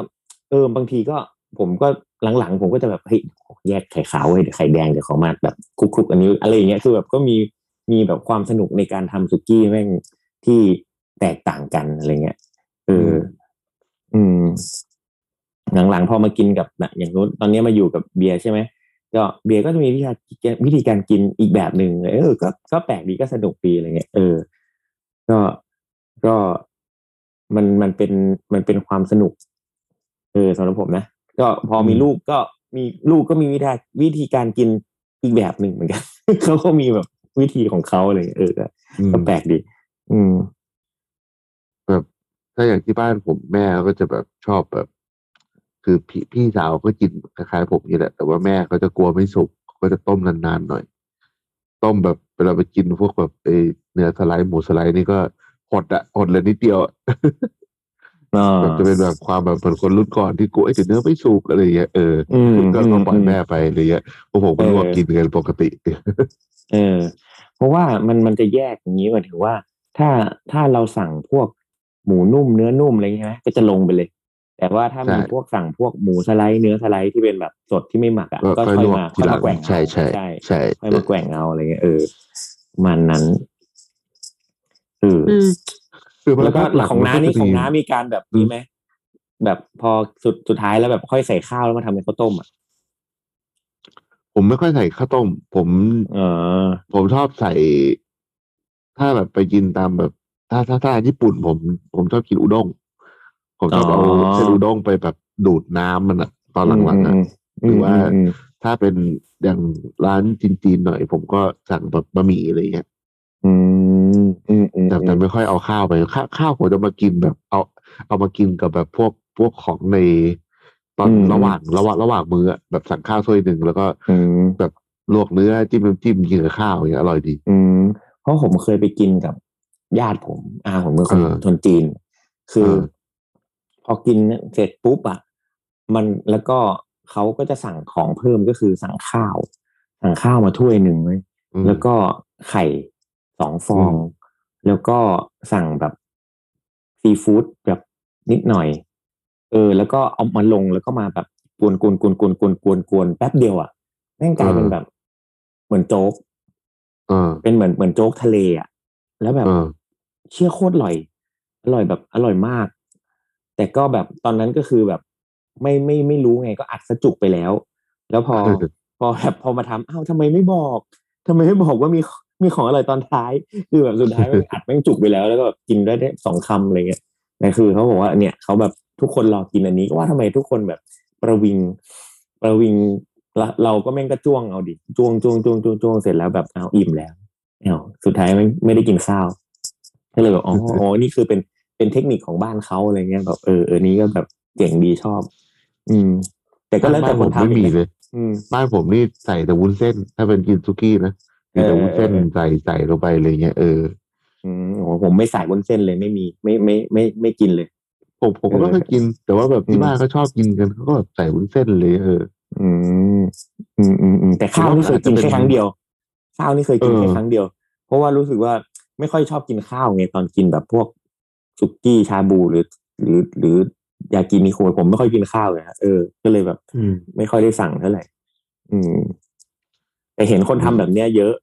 Speaker 3: เออบางทีก็ผมก็หลังๆ ผมก็จะแบบเฮ้ยแยกไข่ขาวไว้เดี๋ยวไข่แดงเดี๋ยวของมาแบบคลุกๆอันนี้อะไรอย่างเงี้ยคือแบบก็มีมีแบบความสนุกในการทำสุกี้แม่งที่แตกต่างกันอะไรเงี้ยเออ อืม หลังๆพอมากินกับแบบอย่างนู้นตอนนี้มาอยู่กับเบียร์ใช่ไหม ก็เบียร์ก็จะมีวิธีการวิธีการกินอีกแบบหนึ่งเออ ก็ก็แปลกดีก็สนุกดีอะไรเงี้ยเออ ก็ก็มันมันเป็นมันเป็นความสนุก เออสำหรับผมนะก็พอมีลูกก็มีลูกก็มีวิธีวิธีการกินอีกแบบหนึ่งเหมือน กัน เขาก็มีแบบวิธีของเขาอะไรเงี้ยเออก็
Speaker 4: อืม
Speaker 3: ก็แปลกดี อืม
Speaker 4: ถ้าอย่างที่บ้านผมแม่ก็จะแบบชอบแบบ คือพี่พี่สาวก็กินคล้ายๆผมนี่แหละแต่ว่าแม่ก็จะกลัวไม่สุกก็จะต้มนานๆหน่อย ต้มแบบเวลาไปกินพวกแบบไอ้เนื้อสไลด์หมูสไลด์นี่ก็หดอะหดเลยนิดเดียวอะ
Speaker 3: อ่า
Speaker 4: แบบจะเป็นแบบความแบบเหมือนคนรุ่นก่อนที่กลัวไอ้เดี๋ยวเนื้อไม่สุกอะไรอย่างเงี้ยเออ
Speaker 3: อืม
Speaker 4: ก็
Speaker 3: อื
Speaker 4: ก็
Speaker 3: ม
Speaker 4: ปล่อย
Speaker 3: อืม
Speaker 4: แม่ไปอะไรเงี้ยพวกผมก็รวม
Speaker 3: เออ
Speaker 4: กินกันปกติ
Speaker 3: เออ เพราะว่ามันมันจะแยกอย่างนี้หมายถึงว่า ถ้าถ้าเราสั่งพวกหมูนุ่มเนื้อนุ่มอะไรอย่างเงี้ยใช่ไหมก็จะลงไปเลย แต่ว่าถ้ามี
Speaker 4: ใช่
Speaker 3: พวกสั่งพวกหมูสไลด์เนื้อสไลด์ที่เป็นแบบสดที่ไม่หมักอ่ะ
Speaker 4: ก็
Speaker 3: ก็
Speaker 4: ค่อยล
Speaker 3: ค่อยว
Speaker 4: ก
Speaker 3: มา
Speaker 4: ที
Speaker 3: ค่อย
Speaker 4: หลั
Speaker 3: มาง แกว่ง
Speaker 4: ใช่
Speaker 3: เอา
Speaker 4: ใช่ใช่
Speaker 3: ค่อยมาแกว่งเอาอะไรเงี้ยเออประมันนั้นเอออ
Speaker 4: คือมัน
Speaker 3: แล้วก็
Speaker 4: ภาคหลัง
Speaker 3: ของน้า
Speaker 4: มั
Speaker 3: นี่
Speaker 4: จะ
Speaker 3: ข
Speaker 4: มี
Speaker 3: องน้ามีการแบบนี้ไหมแบบพอสุดสุดท้ายแล้วแบบค่อยใส่ข้าวแล้วมาทำเป็นข้าวต้มอ่ะ
Speaker 4: ผมไม่ค่อยใส่ข้าวต้ม ผม
Speaker 3: เออ
Speaker 4: ผมชอบใส่ ถ้าแบบไปกินตามแบบ ถ้าถ้าถ้าญี่ปุ่น ผมผมชอบกินอุด้งผมชอบเอา
Speaker 3: อ๋อ
Speaker 4: เส้นอุด้งไปแบบดูดน้ำมันอะตอนหลังๆอะ หรือว่า
Speaker 3: ม
Speaker 4: ถ้าเป็นอย่างร้านจีนๆหน่อย ผมก็สั่งแบบบะหมี่อะไรเงี้ย
Speaker 3: อืมอืมอืม
Speaker 4: แต่
Speaker 3: อืม
Speaker 4: แต่ไม่ค่อยเอาข้าวไปข้าวข้าวผมจะมากินแบบ เอา เอามากินกับแบบพวกพวกของใน ตอน
Speaker 3: อืม
Speaker 4: ระหว่างระหว่างระหว่างมื้ออะแบบสั่งข้าวถ้วยหนึ่งแล้วก็
Speaker 3: อืม
Speaker 4: แบบลวกเนื้อจิ้มน้ำจิ้มกินกับข้าวอย่างเงี้ยอร่อยดี
Speaker 3: อืมเพราะผมเคยไปกินกับญาติผมอาผมเป็นคน
Speaker 4: เออ
Speaker 3: คนจีน คื
Speaker 4: เอ
Speaker 3: อ
Speaker 4: อ
Speaker 3: พอกินเสร็จปุ๊บอ่ะมันแล้วก็เขาก็จะสั่งของเพิ่มก็คือสั่งข้าว สั่งข้าวมาถ้วยหนึ่งเว้ย
Speaker 4: อืม
Speaker 3: แล้วก็ไข่สองฟอง
Speaker 4: อืม
Speaker 3: แล้วก็สั่งแบบซีฟู้ดแบบนิดหน่อย เออ แล้วก็เอามาลงแล้วก็มาแบบกวนกวนกวนกวนกวนกวนกวนแป๊บเดียวอ่ะแม่งกลายเป็นแบบ เหมือนโจ๊ก
Speaker 4: เออ
Speaker 3: เป็นเหมือนเหมือนโจ๊กทะเลอ่ะ แล้วแบบ
Speaker 4: เออ
Speaker 3: เชี่ยโคตรอร่อย อร่อยแบบอร่อยมาก แต่ก็แบบตอนนั้นก็คือแบบไม่ไม่ไม่รู้ไงก็อัดสจุกไปแล้ว แล้วพอ พอแบบพอมาทำอ้าวทำไมไม่บอกทำไมไม่บอกว่ามี มีของอร่อยตอนท้าย คือแบบสุดท้ายแม่ง อัดแม่งจุกไปแล้วแล้วก็แบบกินได้ได้สองคำอะไรเงี้ยแต่คือเขาบอกว่าเนี่ยเขาแบบทุกคนรอกินอันนี้ก็ว่าทำไมทุกคนแบบประวิงประวิงละเราก็แม่งก็จ้วงเอาดิจ้วงจ้วงจ้วงจ้วงจ้วงเสร็จแล้วแบบเอาวอิ่มแล้วเอาวสุดท้ายไม่ไม่ได้กินข้าวก็เลยแบบอ๋ออ๋อนี่คือเป็นเป็นเทคนิคของบ้านเขาอะไรเงี้ยแบบเออเออนี่ก็แบบเจ๋งดีชอบ อืม แต่ก็แล้วแต่คนทำ
Speaker 4: ไม่
Speaker 3: อีก
Speaker 4: มี
Speaker 3: นะ
Speaker 4: เลย
Speaker 3: อืม
Speaker 4: บ้านผมนี่ใส่แต่วุ้นเส้น ถ้าเป็นกินซุกี้นะมีแต่วุ้นเส้น
Speaker 3: เออเออเออ
Speaker 4: ใส่ใส่ลงไปอะไรเงี้ยเออ
Speaker 3: อืมโอ้โหผมไม่ใส่บนเส้นเลยไม่มีไม่ไม่ไม่ไม่ไม่กินเลย
Speaker 4: ผมผมก็
Speaker 3: เออ
Speaker 4: ไม่เคยกิน แต่ว่าแบบ
Speaker 3: อื
Speaker 4: ที่
Speaker 3: ม
Speaker 4: บ้านเขาชอบกินกันเขาก็แบบใส่วุ้นเส้นเลยเออ
Speaker 3: อืมอืมอืมอืมแต่ข้าวนี่เคยกินแค่ครั้งเดียว ข้าวนี่เคยกิน
Speaker 4: เออ
Speaker 3: แค่ครั้งเดียว เพราะว่ารู้สึกว่าไม่ค่อยชอบกินข้าวไงตอนกินแบบพวกสุกี้ชาบูหรือ หรือ หรือยากินิโคผมไม่ค่อยกินข้าวเลยฮะเออก็เลยแบบ
Speaker 4: อืม
Speaker 3: ไม่ค่อยได้สั่งเท่าไหร่อืม แต่เห็นคนทำแบบเนี้ยเยอะ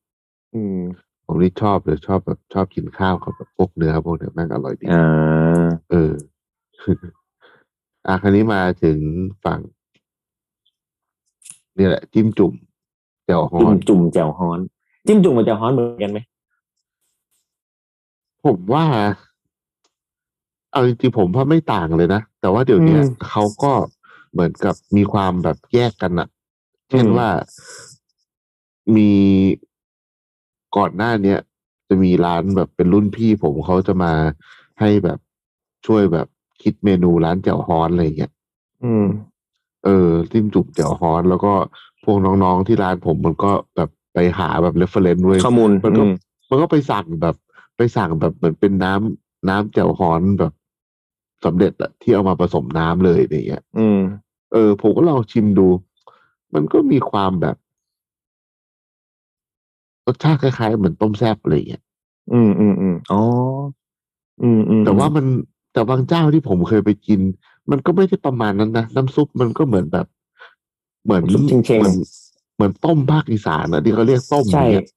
Speaker 3: อืม
Speaker 4: ผมนี่ชอบเลยชอบแบบชอบกินข้าวกับแบบพวกเนื้อพวกเนี้ยแม่งอร่อยดี
Speaker 3: อ่า
Speaker 4: เออ อ่ะคราวนี้มาถึงฝั่งนี่แหละ จิ้มจุ่มแจ่วฮอ
Speaker 3: จิ้ม
Speaker 4: น
Speaker 3: จุ่มแจ่วฮ้อน จิ้มจุ่มกับแจ่วฮ้อนเหมือนกันไหม
Speaker 4: ผมว่า เอาจริงๆผมว่าไม่ต่างเลยนะ แต่ว่าเดี๋ยวเนี้ย
Speaker 3: อืม
Speaker 4: เขาก็เหมือนกับมีความแบบแยกกันอะเช่น
Speaker 3: อืม
Speaker 4: ว่ามีก่อนหน้าเนี้ยจะมีร้านแบบเป็นรุ่นพี่ ผมเขาจะมาให้แบบช่วยแบบคิดเมนูร้านแจ่วฮ้อนอะไรอย่างเงี้ย
Speaker 3: อืม
Speaker 4: เออจิ้มจุ่มแจ่วฮ้อน แล้วก็พวกน้องๆที่ร้านผมมันก็แบบไปหาแบบเรฟเฟรนซ์ด้วย
Speaker 3: ข้อมูล
Speaker 4: มันก็
Speaker 3: อืม
Speaker 4: มันก็ไปสั่งแบบ ไปสั่งแบบเหมือนเป็นน้ำน้ำแจ่วฮ้อนแบบสำเร็จอะที่เอามาผสมน้ำเลยอะไรอย่างเงี้ย
Speaker 3: อืม
Speaker 4: เออผมก็ลองชิมดู มันก็มีความแบบรสชาติคล้ายๆเหมือนต้มแซ่บอะไรอย่างเงี้ย
Speaker 3: อืมอืมอืมอ๋อ อืมอืม
Speaker 4: แต่ว่ามันแต่บางเจ้าที่ผมเคยไปกิน มันก็ไม่ได้ประมาณนั้นนะน้ำซุปมันก็เหมือนแบบ เหมือน
Speaker 3: ซุปเค็ง
Speaker 4: เหมือนเหมือนต้มภาคอีสานอะที่เขาเรียกต้ม
Speaker 3: ๆใช่
Speaker 4: อย่างเงี้ย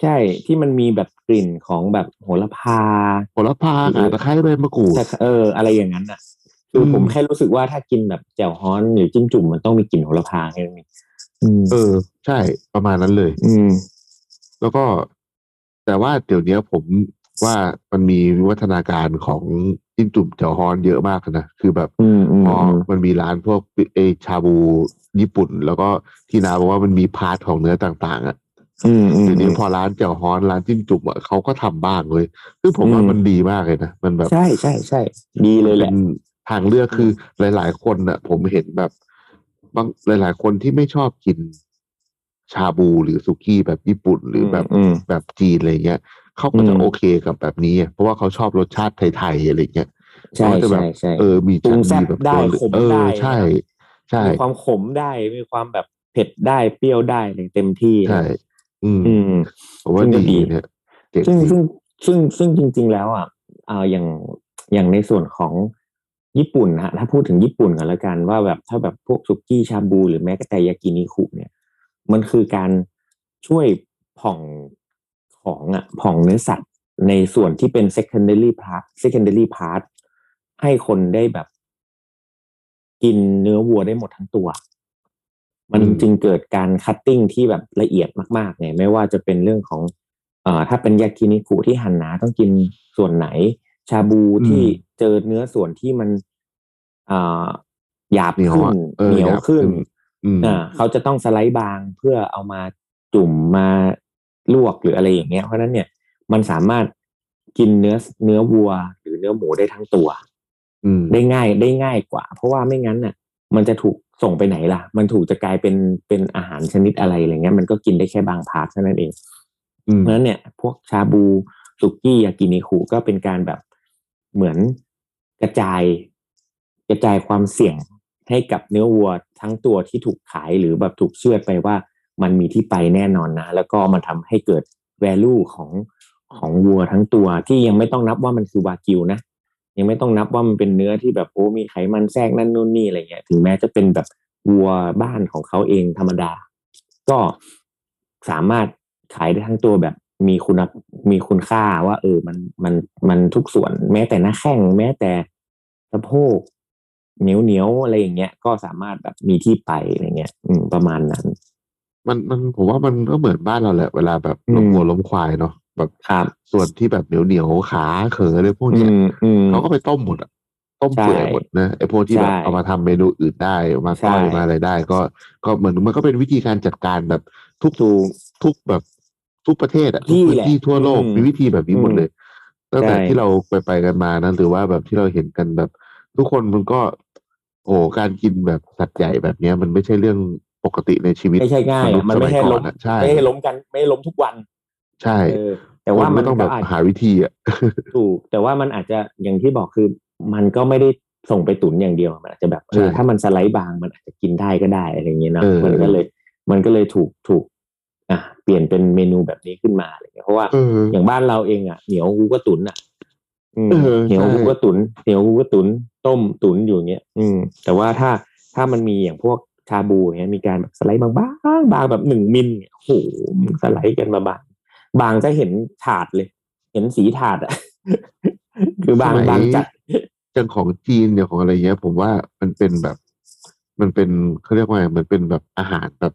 Speaker 3: ใช่ ที่มันมีแบบกลิ่นของแบบโหระพา
Speaker 4: ผลพาอ่ะตะไคร้ใบมะกรูด
Speaker 3: แต่เออ อะไรอย่างนั้นอ่ะ คืออ
Speaker 4: ม
Speaker 3: ผมแค่รู้สึกว่าถ้ากินแบบแจ่วฮ้อนหรือจิ้มจุ่มมันต้องมีกลิ่นโหระพาแค่นั้นเองอืม
Speaker 4: เออ ใช่ประมาณนั้นเลย
Speaker 3: อืม
Speaker 4: แล้วก็แต่ว่าเดี๋ยวเนี้ยผมว่ามันมีวิวัฒนาการของจิ้มจุ่มแจ่วฮอนเยอะมากนะคือแบบ
Speaker 3: อืมอืม
Speaker 4: พอ
Speaker 3: อืม
Speaker 4: มันมีร้านพวกเอชาบูญี่ปุ่น แล้วก็ที่นาบอกว่ามันมีพาร์ทของเนื้อต่างๆอะ่ะ
Speaker 3: อืมอืม
Speaker 4: เดี๋ยวนี้
Speaker 3: อืม
Speaker 4: พอร้านแจ่วฮอนร้านจิ้มจุ่มอะ่ะเขาก็ทำบ้างเลยซึ่งผมว่า
Speaker 3: อืม
Speaker 4: มันดีมากเลยนะมันแบบ
Speaker 3: ใช่ใช่ใช่ดีเลยแหละ
Speaker 4: ป็นทางเลือกคือหลาย ๆ คนน่ะ ผมเห็นแบบบางหลาย ๆ คนที่ไม่ชอบกิน ชาบูหรือสุกี้แบบญี่ปุ่นหรือแบบ
Speaker 3: อืม
Speaker 4: แบบจีนอะไรเงี้ยเขาก็จะ
Speaker 3: อืม
Speaker 4: โอเคกับแบบนี้อะเพราะว่าเขาชอบรสชาติไทย ๆ อะไรเงี้ย
Speaker 3: ใช่
Speaker 4: เขาจะแบบ
Speaker 3: ใช่ใช่
Speaker 4: เออมี
Speaker 3: ปรุ
Speaker 4: ชั้น
Speaker 3: งแซ่บ
Speaker 4: มีแบบ
Speaker 3: ได้
Speaker 4: ตัวเลือก
Speaker 3: ขม
Speaker 4: เอ
Speaker 3: ได้
Speaker 4: อ
Speaker 3: นะ
Speaker 4: ใช่ ใช่
Speaker 3: มีความขมได้มีความแบบเผ็ดได้เปรี้ยวได้อะไรเต็มที่
Speaker 4: ใช่ อืม
Speaker 3: อืม
Speaker 4: ผมว่า
Speaker 3: ซึ่งก็ดี
Speaker 4: ดีเนี่ยเจ๋ง
Speaker 3: ซึ่ง
Speaker 4: ดี
Speaker 3: ซึ่งซึ่งซึ่งจริง ๆ แล้วอ่ะเอ่ออย่างอย่างในส่วนของญี่ปุ่นนะฮะถ้าพูดถึงญี่ปุ่นกันละกันว่าแบบถ้าแบบพวกสุกี้ชาบู หรือแม้กระทั่งยากินิคุเนี่ย มันคือการช่วยผ่องของอ่ะผ่องเนื้อสัตว์ในส่วนที่เป็น secondary part secondary part ให้คนได้แบบ กินเนื้อวัวได้หมดทั้งตัว มันจึงเกิดการคัตติ้งที่แบบละเอียดมากๆไงไม่ว่าจะเป็นเรื่องของ เอ่อถ้าเป็นยากินิคุที่หั่นหนาต้องกินส่วนไหน ชาบูที่เจอเนื้อส่วนที่มันเอ่อหยาบ
Speaker 4: เหนียว
Speaker 3: ขึ้น
Speaker 4: อะออ
Speaker 3: เหนียว
Speaker 4: อา
Speaker 3: ขึ้น
Speaker 4: อืม
Speaker 3: อ่าเขาจะต้องสไลด์บางเพื่อเอามาจุ่มมาลวกหรืออะไรอย่างเงี้ยเพราะฉะนั้นเนี่ยมันสามารถกินเนื้อเนื้อวัว หรือเนื้อหมูได้ทั้งตัว
Speaker 4: อืม
Speaker 3: ได้ง่ายได้ง่ายกว่า เพราะว่าไม่งั้นน่ะ มันจะถูกส่งไปไหนล่ะ มันถูกจะกลายเป็นเป็นอาหารชนิดอะไรอะไรเงี้ย มันก็กินได้แค่บางพาร์ทเท่านั้นเอง
Speaker 4: อืม
Speaker 3: เพราะฉะนั้นเนี่ย พวกชาบูสุกี้ยากินิคุก็เป็นการแบบเหมือนกระจาย กระจายความเสี่ยงให้กับเนื้อวัวทั้งตัวที่ถูกขายหรือแบบถูกเชื่อดไปว่ามันมีที่ไปแน่นอนนะ แล้วก็มันทำให้เกิด value ของของวัวทั้งตัวที่ยังไม่ต้องนับว่ามันคือวากิวนะ ยังไม่ต้องนับว่ามันเป็นเนื้อที่แบบโอ้มีไขมันแทรกนั่นนู่นนี่อะไรเงี้ยถึงแม้จะเป็นแบบวัวบ้านของเขาเองธรรมดา ก็สามารถขายได้ทั้งตัวแบบมีคุณภมีคุณค่าว่า เออมันมันมันทุกส่วน แม้แต่หน้าแข้งแม้แต่สะโพกเหนียวเหนียวๆอะไรอย่างเงี้ยก็สามารถแบบมีที่ไปอะไรเงี้ย อืมประมาณนั้น
Speaker 4: มันมันผมว่ามันก็เหมือนบ้านเราแหละเวลาแบบ
Speaker 3: อืม
Speaker 4: ล้มวัวล้มควายเนาะแบบ
Speaker 3: ครับ
Speaker 4: ส่วนที่แบบเหนียวเหนียวๆขาเขออะไรพวก
Speaker 3: อื
Speaker 4: เนี้ย
Speaker 3: มอืม
Speaker 4: เขาก็ไปต้มหมดอะต้มเปื่อยหมดนะไอ้พวกที่แบบ
Speaker 3: ใช่
Speaker 4: เอามาทำเมนูอื่นได้เอามา
Speaker 3: ใช่
Speaker 4: ก้อยมาอะไรได้ ก็ก็เหมือนมันก็เป็นวิธีการจัดการแบบทุก
Speaker 3: ถูก
Speaker 4: ทุกแบบทุกประเทศอะทุก
Speaker 3: ที่
Speaker 4: พื้น
Speaker 3: แหละ
Speaker 4: ที่ทั่วโลก
Speaker 3: อืม
Speaker 4: มีวิธีแบบนี้หมดเลยตั้งแต่
Speaker 3: ใช่
Speaker 4: ที่เราไปไปกันมานะหรือว่าแบบที่เราเห็นกันแบบ ทุกคนมันก็ โอ้การกินแบบสัตว์ใหญ่แบบเนี้ย มันไม่ใช่เรื่อง ปกติในชีวิต
Speaker 3: ไม่ใช่ง่ายอะมันไม่
Speaker 4: ษย์สย
Speaker 3: ใช่ล้
Speaker 4: ก่อ
Speaker 3: ม
Speaker 4: อะใช่
Speaker 3: ไม่ให้ล้มกันไม่ให้ล้มทุกวัน
Speaker 4: ใช่
Speaker 3: เออแต่ว่า
Speaker 4: คน
Speaker 3: มั
Speaker 4: ก็
Speaker 3: น
Speaker 4: ต้องแบบ
Speaker 3: ก็อาจ
Speaker 4: หาวิธีอ่ะ
Speaker 3: ถูกแต่ว่ามันอาจจะอย่างที่บอกคือ มันก็ไม่ได้ส่งไปตุนอย่างเดียวมันอาจจะแบบเออ
Speaker 4: ใช่
Speaker 3: ถ้ามันสไลด์บางมันอาจจะกินได้ก็ได้อะไรอย่างเงี้ยเนาะ
Speaker 4: เออ
Speaker 3: มันก็เลย มันก็เลยถูกถูก อ่ะเปลี่ยนเป็นเมนูแบบนี้ขึ้นมาอะไรเงี้ยเพราะว่า
Speaker 4: เออ
Speaker 3: อย่างบ้านเราเองอ่ะเหนียวกูก็ตุนอ่ะอืม
Speaker 4: เออ
Speaker 3: เหนียวกู
Speaker 4: ใช่
Speaker 3: ก็ตุนเหนียวกูก็ตุนต้มตุนอยู่อย่างเงี้ยอืม แต่ว่าถ้าถ้ามันมีอย่างพวกชาบูอย่างเงี้ยมีการแบบสไลด์บางๆบางแบบหนึ่งมิลเนี่ยโอ้โหมันสไลด์กันมาบาง บางจะเห็นถาดเลย เห็นสีถาดอ่ะ คือบาง
Speaker 4: สมัย
Speaker 3: บางจัด
Speaker 4: จังของจีนเนี่ยของอะไรเงี้ย ผมว่ามันเป็นแบบ มันเป็นเขาเรียกว่าไงมันเป็นแบบอาหารแบบ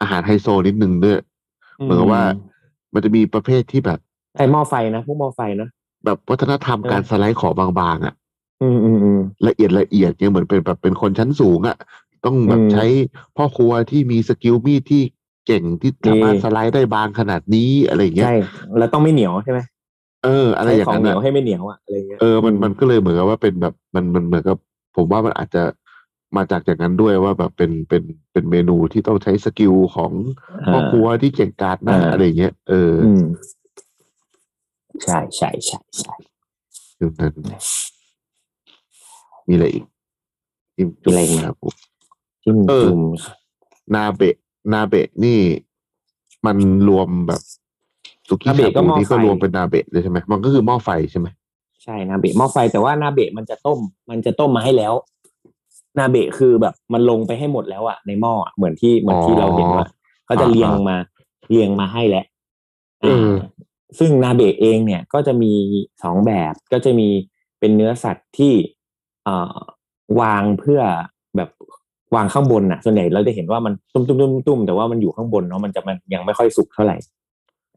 Speaker 4: อาหารไฮโซนิดนึงด้วยเหมือนกับว่า มันจะมีประเภทที่แบบ
Speaker 3: ไอหม้อไฟนะพวกหม้อไฟนะ
Speaker 4: แบบวัฒนธรรม
Speaker 3: เออ
Speaker 4: การสไลด์ของบางๆอ่ะ
Speaker 3: อืมอืมอืม
Speaker 4: ละเอียดละเอียดเนี่ยเหมือนเป็นแบบเป็นคนชั้นสูงอะ่ะ ต้องแบบ
Speaker 3: อืม
Speaker 4: ใช้พ่อครัวที่มีสกิลมีดที่เก่งที่สามารถ
Speaker 3: นี่
Speaker 4: สไลด์ได้บางขนาดนี้อะไรอย่างเงี้ย
Speaker 3: ใช่แล้วต้องไม่เหนียวใช่ไหม
Speaker 4: เออ อะไรอ
Speaker 3: ใช้
Speaker 4: ย่าง
Speaker 3: ของ
Speaker 4: นั้น
Speaker 3: เหนี
Speaker 4: อะ
Speaker 3: ยวให้ไม่เหนียวอ่ะอะไรเงี้ย
Speaker 4: เออมันมันก็เลยเหมือนกับว่าเป็นแบบมันมันเหมือนกับ ผมว่ามันอาจจะมาจากอย่างนั้นด้วยว่าแบบเป็นเป็นเป็นเมนูที่ต้องใช้สกิลของพ่อครัว
Speaker 3: า
Speaker 4: ที่เก่งกาจนะ
Speaker 3: เอออ
Speaker 4: อะไรอย่างเงี้ยเออ
Speaker 3: อืมใช่ใช่ใช่ใช่
Speaker 4: ยุคนั้นมีอะไรอีกจิ้มจุ่
Speaker 3: มีอะไร
Speaker 4: ม
Speaker 3: อีกไหม
Speaker 4: ครับผม
Speaker 3: จิ้ม
Speaker 4: เออ
Speaker 3: จุ่ม
Speaker 4: นาเบะนาเบะนี่มันรวมแบบสุกี้ชาบูนี่ก็รวมเป็นนาเบะเลยใช่ไหมมันก็คือหม้อไฟใช่ไหม
Speaker 3: ใช่นาเบะหม้อไฟแต่ว่านาเบะมันจะต้ม มันจะต้มมาให้แล้ว นาเบะคือแบบมันลงไปให้หมดแล้วอ่ะในหม้ออะเหมือนที่เหมือนที่เราเห็นว่า ก็จะเรียงมาเรียงมาให้แล้ว
Speaker 4: เออ
Speaker 3: ซึ่งนาเบะเองเนี่ยก็จะมีสองแบบก็จะมีเป็นเนื้อสัตว์ที่เอ่อวางเพื่อแบบวางข้างบนน่ะ ส่วนใหญ่เราจะเห็นว่ามันตุ้มตุ้มตุ้มตุ้มแต่ว่ามันอยู่ข้างบนเนาะมันจะมันยังไม่ค่อยสุกเท่าไหร่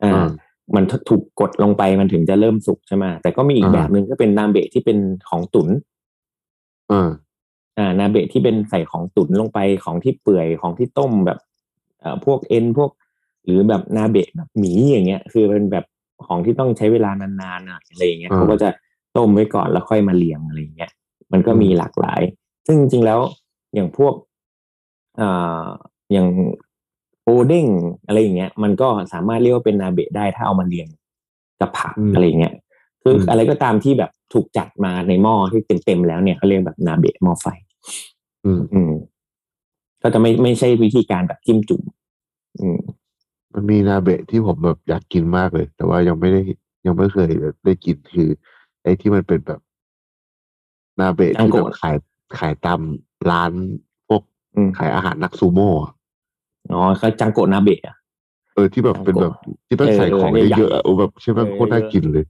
Speaker 3: อ่า
Speaker 4: อ่า
Speaker 3: มันถูกกดลงไปมันถึงจะเริ่มสุกใช่ไหมแต่ก็มีอีกแบบหนึ่งก็เป็นนาเบะที่เป็นของตุ๋น
Speaker 4: เออ
Speaker 3: อ่านาเบะที่เป็นใส่ของตุ๋นลงไปของที่เปื่อยของที่ต้มแบบเอ่อพวกเอ็นพวก หรือแบบนาเบะแบบหมีอย่างเงี้ย คือเป็นแบบของที่ต้องใช้เวลานานๆหน่อยอะไรอย่างเงี้ย
Speaker 4: อ่า
Speaker 3: เขาก็จะต้มไว้ก่อนแล้วค่อยมาเรียงอะไรอย่างเงี้ยมันก็มีหลากหลาย ซึ่งจริงๆแล้วอย่างพวกอ่าอย่างโอเด้งอะไรอย่างเงี้ย มันก็สามารถเรียกว่าเป็นนาเบะได้ถ้าเอามาเรียงกับผัก
Speaker 4: อืม
Speaker 3: อะไรอย่างเงี้ยคืออ
Speaker 4: ม
Speaker 3: อะไรก็ตามที่แบบถูกจัดมาในหม้อที่เต็มๆแล้วเนี่ยเขาเรียกแบบนาเบะหม้อไฟ
Speaker 4: อืม
Speaker 3: อืมก็จะไม่ไม่ใช่วิธีการแบบจิ้มจุ่มอืม
Speaker 4: มันมีนาเบะที่ผมแบบอยากกินมากเลย แต่ว่ายังไม่ได้ยังไม่เคยได้กินคือ ไอ้ที่มันเป็นแบบ นาเบะที่แบบขายขายตามร้านพวก
Speaker 3: อืม
Speaker 4: ขายอาหารนักซูโม่อะ
Speaker 3: อ๋อก็จังโกะนาเบะอะ
Speaker 4: เออที่แบบเป็นแบบที่แบบใส่ของเยอะๆอะโอ้แบบใช่ไหมโคตรน่ากินเลย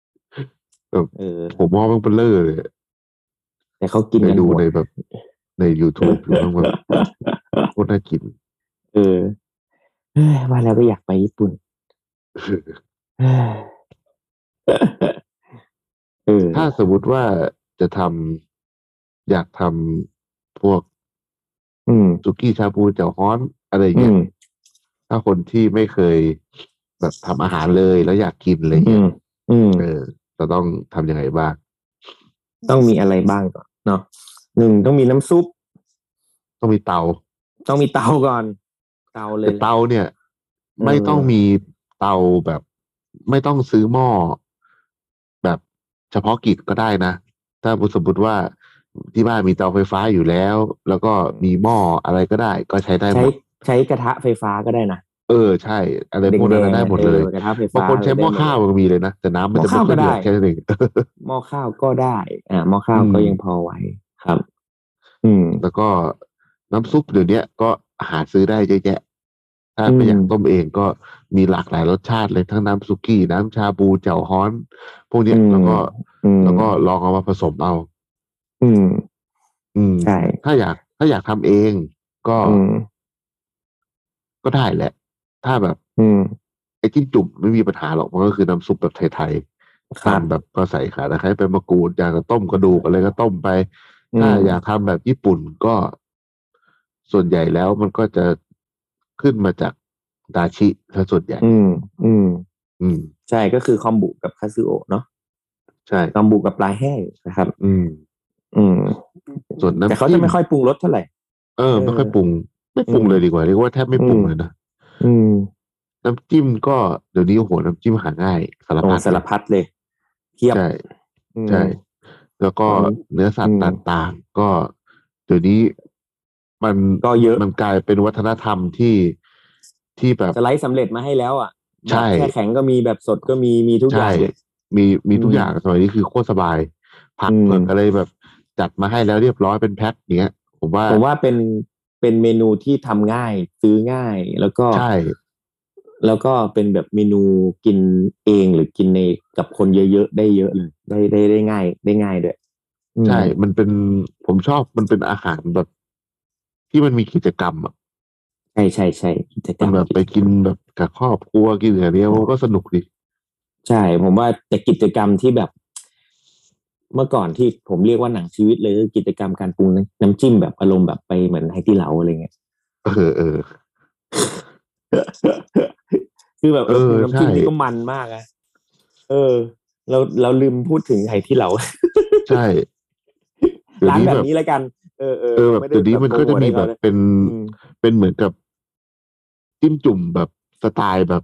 Speaker 3: เออ
Speaker 4: ผมมองมันเบลอเลย
Speaker 3: แต่เขากิน
Speaker 4: ไป
Speaker 3: กัน
Speaker 4: ดู
Speaker 3: หมด
Speaker 4: ในแบบใน YouTube หรือว่าแบบโคตรน่า กิน
Speaker 3: เออเอ้ยว่าแล้วก็อยากไปญี่ปุ่นเอ้ยเออ
Speaker 4: ถ้าสมมติว่าจะทำอยากทำพวก
Speaker 3: อืม
Speaker 4: สุกี้ชาบูเจ่วฮ้อนอะไร
Speaker 3: อื
Speaker 4: เงี้ย
Speaker 3: ม
Speaker 4: ถ้าคนที่ไม่เคยแบบทำอาหารเลยแล้วอยากกินอะไร
Speaker 3: อื
Speaker 4: เงี้ย
Speaker 3: มอืม
Speaker 4: เออจะต้องทำยังไงบ้าง
Speaker 3: ต้องมีอะไรบ้างก่อนเนาะหนึ่งต้องมีน้ำซุป
Speaker 4: ต้องมีเตา
Speaker 3: ต้องมีเตาก่อน เตาเล
Speaker 4: แต่
Speaker 3: ย
Speaker 4: เตาเนี่ย
Speaker 3: ออ
Speaker 4: ไม่ต้องมีเตาแบบ ไม่ต้องซื้อหม้อแบบเฉพาะกิจก็ได้นะ ถ้าสมมติว่าที่บ้านมีเตาไฟฟ้าอยู่แล้ว แล้วก็มีหม้ออะไรก็ได้ ก็ใช้ได้ห
Speaker 3: ใช้
Speaker 4: มด
Speaker 3: ใช้กระทะไฟฟ้าก็ได้นะ
Speaker 4: เออใช่ อะไรพวกนั้นนะ
Speaker 3: แงๆ
Speaker 4: ได้หมดเลย
Speaker 3: ออกระทะไฟฟ้า
Speaker 4: บางคนใช้หม้อ
Speaker 3: ได้ดเลย
Speaker 4: ข้าวมันมีเลยนะแต่น้ำมันจะ
Speaker 3: หม้อข้าว
Speaker 4: ไม่ค่อยเดื
Speaker 3: ก็ได้
Speaker 4: อดแค่นั้นเอง
Speaker 3: หม้อข้าวก็ได้ อ่าหม้อข้าวก็
Speaker 4: อืม
Speaker 3: ยังพอไหวครับ อืม
Speaker 4: แล้วก็น้ำซุปเดี๋ยวนี้ก็หาซื้อได้เยอะแยะ ถ้า
Speaker 3: อืม
Speaker 4: ไม่อยากต้มเองก็มีหลากหลายรสชาติเลยทั้งน้ำสุกี้ น้ำชาบูเจ่วฮ้อน พวกเนี้ยแล้วก็
Speaker 3: อืม
Speaker 4: แล้วก็ลองเอามาผสมเอา
Speaker 3: อืม
Speaker 4: อืม
Speaker 3: ใช่
Speaker 4: ถ้าอยากถ้าอยากทำเอง ก็
Speaker 3: อืม
Speaker 4: ก็ได้แหละ ถ้าแบบ
Speaker 3: อืม
Speaker 4: ไอ้จิ้มจุ่มไม่มีปัญหาหรอกมันก็คือน้ำซุปแบบไทยๆ
Speaker 3: ครับ
Speaker 4: ทำแบบก็ใส่ขาตะไคร้ไปมะกรูดอยากจะต้มกระดูกอะไรก็ต้มไป
Speaker 3: อืม
Speaker 4: ถ้าอยากทำแบบญี่ปุ่นก็ ส่วนใหญ่แล้วมันก็จะขึ้นมาจากดาชิถ้าส่วนใหญ่
Speaker 3: อืม อืม
Speaker 4: อืม
Speaker 3: ใช่ก็คือคอมบุกับคาซึโอะเนาะ
Speaker 4: ใช่
Speaker 3: คอมบุกับปลาแห้งนะครับ
Speaker 4: อืม
Speaker 3: อืม
Speaker 4: ส่วนน้ำ
Speaker 3: แต่เขา
Speaker 4: จิ้
Speaker 3: จะ
Speaker 4: ม
Speaker 3: ไม่ค่อยปรุงรสเท่าไหร่
Speaker 4: เออไม่ค่อยปรุง ไม่ปรุงเลยดีกว่าเรียกว่าแทบไม่ปรุงเลยนะ
Speaker 3: อืม
Speaker 4: น้ำจิ้มก็เดี๋ยวนี้โอ้โหน้ำจิ้มหาง่ายสาร
Speaker 3: โอ้
Speaker 4: พัด
Speaker 3: สารพัดเลยเทียบ
Speaker 4: ใช่
Speaker 3: อืม
Speaker 4: ใช่ แล้วก็
Speaker 3: อืม
Speaker 4: เนื้อสัตว์
Speaker 3: อืม
Speaker 4: ต่างๆ ก็เดี๋ยวนี้มัน
Speaker 3: ก็เยอะ
Speaker 4: มันกลายเป็นวัฒนธรรมที่ที่แบบ
Speaker 3: สไลด์สำเร็จมาให้แล้วอ่ะ
Speaker 4: ใช่
Speaker 3: แบบแช่แข็งก็มีแบบสดก็มีมีทุกอย่า
Speaker 4: ใช่
Speaker 3: ง
Speaker 4: มีมีทุก
Speaker 3: อืม
Speaker 4: อย่างสมัยนี้คือโคตรสบาย ผัก
Speaker 3: อืม
Speaker 4: เผือกอะไรแบบจัดมาให้แล้วเรียบร้อยเป็นแพ็คเนี้ย ผมว่า
Speaker 3: ผมว่าเป็นเป็นเมนูที่ทำง่าย ซื้อง่าย แล้วก็
Speaker 4: ใช่
Speaker 3: แล้วก็เป็นแบบเมนูกินเองหรือกินในกับคนเยอะๆได้เยอะเลยได้ได้ได้ง่าย ได้ง่ายด้วยอืม
Speaker 4: ใช่ มันเป็นผมชอบมันเป็นอาหารแบบ ที่มันมีกิจกรรมอ่ะ
Speaker 3: ใช่ใช่ใช่กิจกร
Speaker 4: มัน
Speaker 3: รม
Speaker 4: แบบไปกินแบบกับครอบครัวกินอะไรเนี้ยมันก็สนุกดี
Speaker 3: ใช่ ผมว่าแต่กิจกรรมที่แบบ เมื่อก่อนที่ผมเรียกว่าหนังชีวิตเลยคือกิจกรรมการปรุงน้ำน้ำจิ้มแบบอารมณ์แบบไปเหมือนไฮตี้เหลาอะไรเงี้ย
Speaker 4: เออเออ
Speaker 3: คือแบบ
Speaker 4: เออ
Speaker 3: น้ำจิ้ม
Speaker 4: ใช่
Speaker 3: นี่ก็มันมากอะเออ เราเราลืมพูดถึงไอ้ที่เรา
Speaker 4: ใช่เดี๋ยว
Speaker 3: ร้าน
Speaker 4: นี้
Speaker 3: แบบ
Speaker 4: แบบ
Speaker 3: นี้แล้วกัน เออเออ
Speaker 4: เออแบบ
Speaker 3: ไม่ไ
Speaker 4: เดี๋ยวนี้มันก็จะมีแบบ
Speaker 3: โปรโทอะไรเขาน
Speaker 4: เป็น
Speaker 3: อืม
Speaker 4: เป็นเหมือนกับจิ้มจุ่มแบบสไตล์แบบ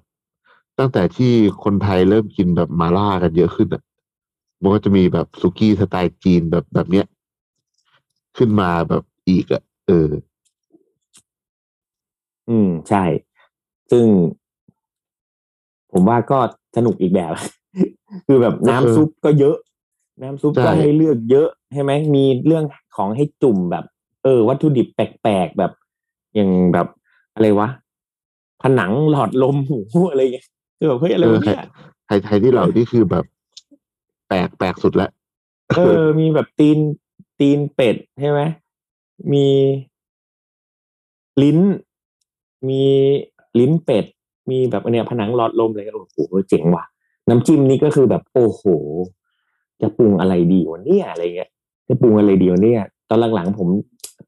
Speaker 4: ตั้งแต่ที่คนไทยเริ่มกินแบบมาล่ากันเยอะขึ้นอ่ะมันก็จะมีแบบสุกี้สไตล์จีนแบบแบบเนี้ย ขึ้นมาแบบอีกอ่ะเออ
Speaker 3: อืมใช่ ซึ่ง ผมว่าก็สนุกอีกแบบ คือแบบน้ำ
Speaker 4: เออ
Speaker 3: ซุปก็เยอะ น้ำซุป
Speaker 4: ใช่
Speaker 3: ก็ให้เลือกเยอะใช่ไหมมีเรื่องของให้จุ่มแบบ เออ วัตถุดิบแปลกๆแบบ อย่างแบบอะไรวะผนังหลอดลม หูอะไรเงี้ยคือแบบเฮ้ยอะไร
Speaker 4: เออ
Speaker 3: วะ
Speaker 4: ไทย
Speaker 3: เนี่ย
Speaker 4: ไทยไทยที่เรานี่คือแบบ แปลกแปลกสุดละ
Speaker 3: เออ มีแบบตีนตีนเป็ดใช่ไหม มีลิ้น มีลิ้นเป็ด มีแบบเนี่ยผนังหลอดลมอะไรก็โอ้โหเจ๋งว่ะ น้ำจิ้มนี่ก็คือแบบโอ้โห จะปรุงอะไรดีวะเนี่ยอะไรเงี้ย จะปรุงอะไรดีวะเนี่ย ตอนหลังๆผม